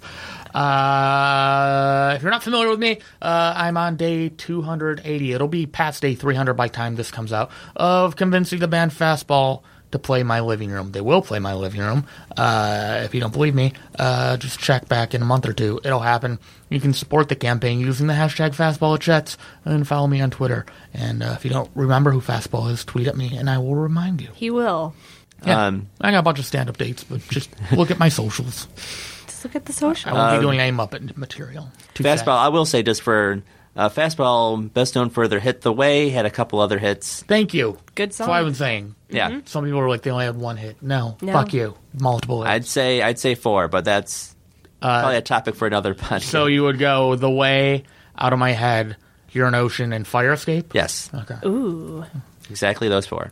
Speaker 6: Uh, if you're not familiar with me, uh, I'm on day 280. It'll be past day 300 by the time this comes out of convincing the band Fastball to play my living room. They will play my living room. Uh, if you don't believe me, uh, just check back in a month or two. It'll happen. You can support the campaign using the hashtag Fastball at Jets and follow me on Twitter. And uh, if you don't remember who Fastball is, tweet at me and I will remind you.
Speaker 5: He will.
Speaker 6: Yeah.
Speaker 4: Um,
Speaker 6: I got a bunch of stand up dates, but just look at my socials.
Speaker 5: Just look at the
Speaker 6: I
Speaker 5: social.
Speaker 6: won't
Speaker 4: Um,
Speaker 6: be doing any Muppet material. Too sad.
Speaker 4: Fastball. I will say just for uh, fastball, best known for their hit "The Way," had a couple other hits.
Speaker 6: Thank you.
Speaker 5: Good
Speaker 6: That's what I
Speaker 5: song. Mm-hmm.
Speaker 6: was saying.
Speaker 4: Yeah.
Speaker 6: Some people were like, they only had one hit. No,
Speaker 5: No.
Speaker 6: fuck you. Multiple
Speaker 4: I'd
Speaker 6: hits.
Speaker 4: say I'd say four, but that's probably a topic for another podcast.
Speaker 6: Uh, so you would go the way out of my head, you're an ocean and fire escape.
Speaker 4: yes,
Speaker 6: Okay.
Speaker 5: Ooh.
Speaker 4: exactly those four.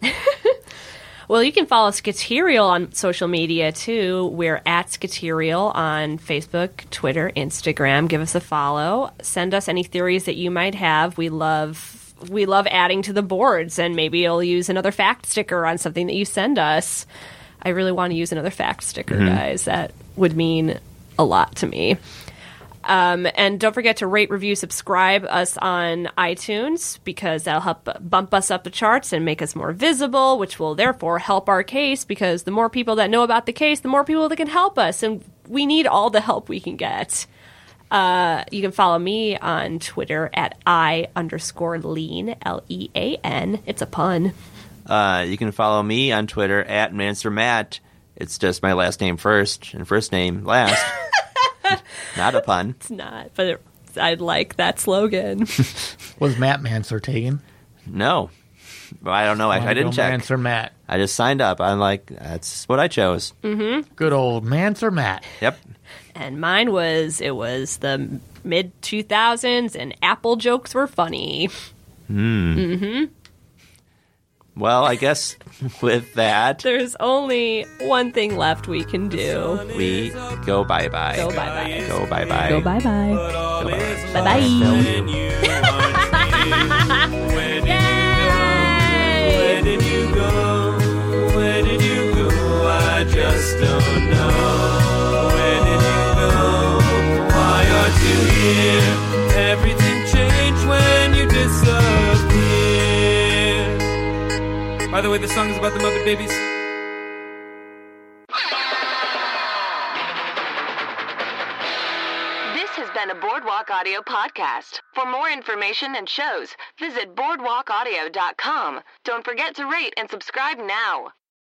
Speaker 5: Well, you can follow Skaterial on social media too. We're at Skaterial on Facebook, Twitter, Instagram. Give us a follow. Send us any theories that you might have. We love we love adding to the boards, and maybe you'll use another fact sticker on something that you send us. I really want to use another fact sticker,
Speaker 6: Mm-hmm.
Speaker 5: guys. That would mean a lot to me. Um, and don't forget to rate, review, subscribe us on iTunes because that'll help bump us up the charts and make us more visible, which will therefore help our case because the more people that know about the case, the more people that can help us. And we need all the help we can get. Uh, you can follow me on Twitter at I underscore lean, L E A N. It's a pun.
Speaker 4: Uh, you can follow me on Twitter at Manster Matt. It's just my last name first and first name last. Not a pun.
Speaker 5: It's not, but it, I like that slogan.
Speaker 6: Was Matt Manser taken?
Speaker 4: No, Well, I don't know. I, I didn't check.
Speaker 6: Manser Matt.
Speaker 4: I just signed up. I'm like, that's what I chose.
Speaker 6: Mm. Good old Manser Matt.
Speaker 4: Yep.
Speaker 5: and mine was it was the mid 2000s and apple jokes were funny
Speaker 4: Well, I guess with that,
Speaker 5: there's only one thing left we can do
Speaker 4: we go bye bye.
Speaker 5: go bye bye
Speaker 4: Go bye bye.
Speaker 5: go bye bye
Speaker 3: But all
Speaker 4: Bye-bye.
Speaker 3: is
Speaker 5: bye
Speaker 3: lost
Speaker 5: bye
Speaker 3: when you aren't here. Where did Where did you go? Where did you go? I just don't know. Where did you go? Why aren't you here? Everything changed when you disappeared. By the way, the song is about the Muppet Babies.
Speaker 1: This has been a Boardwalk Audio podcast. For more information and shows, visit boardwalkaudio.com. Don't forget to rate and subscribe now.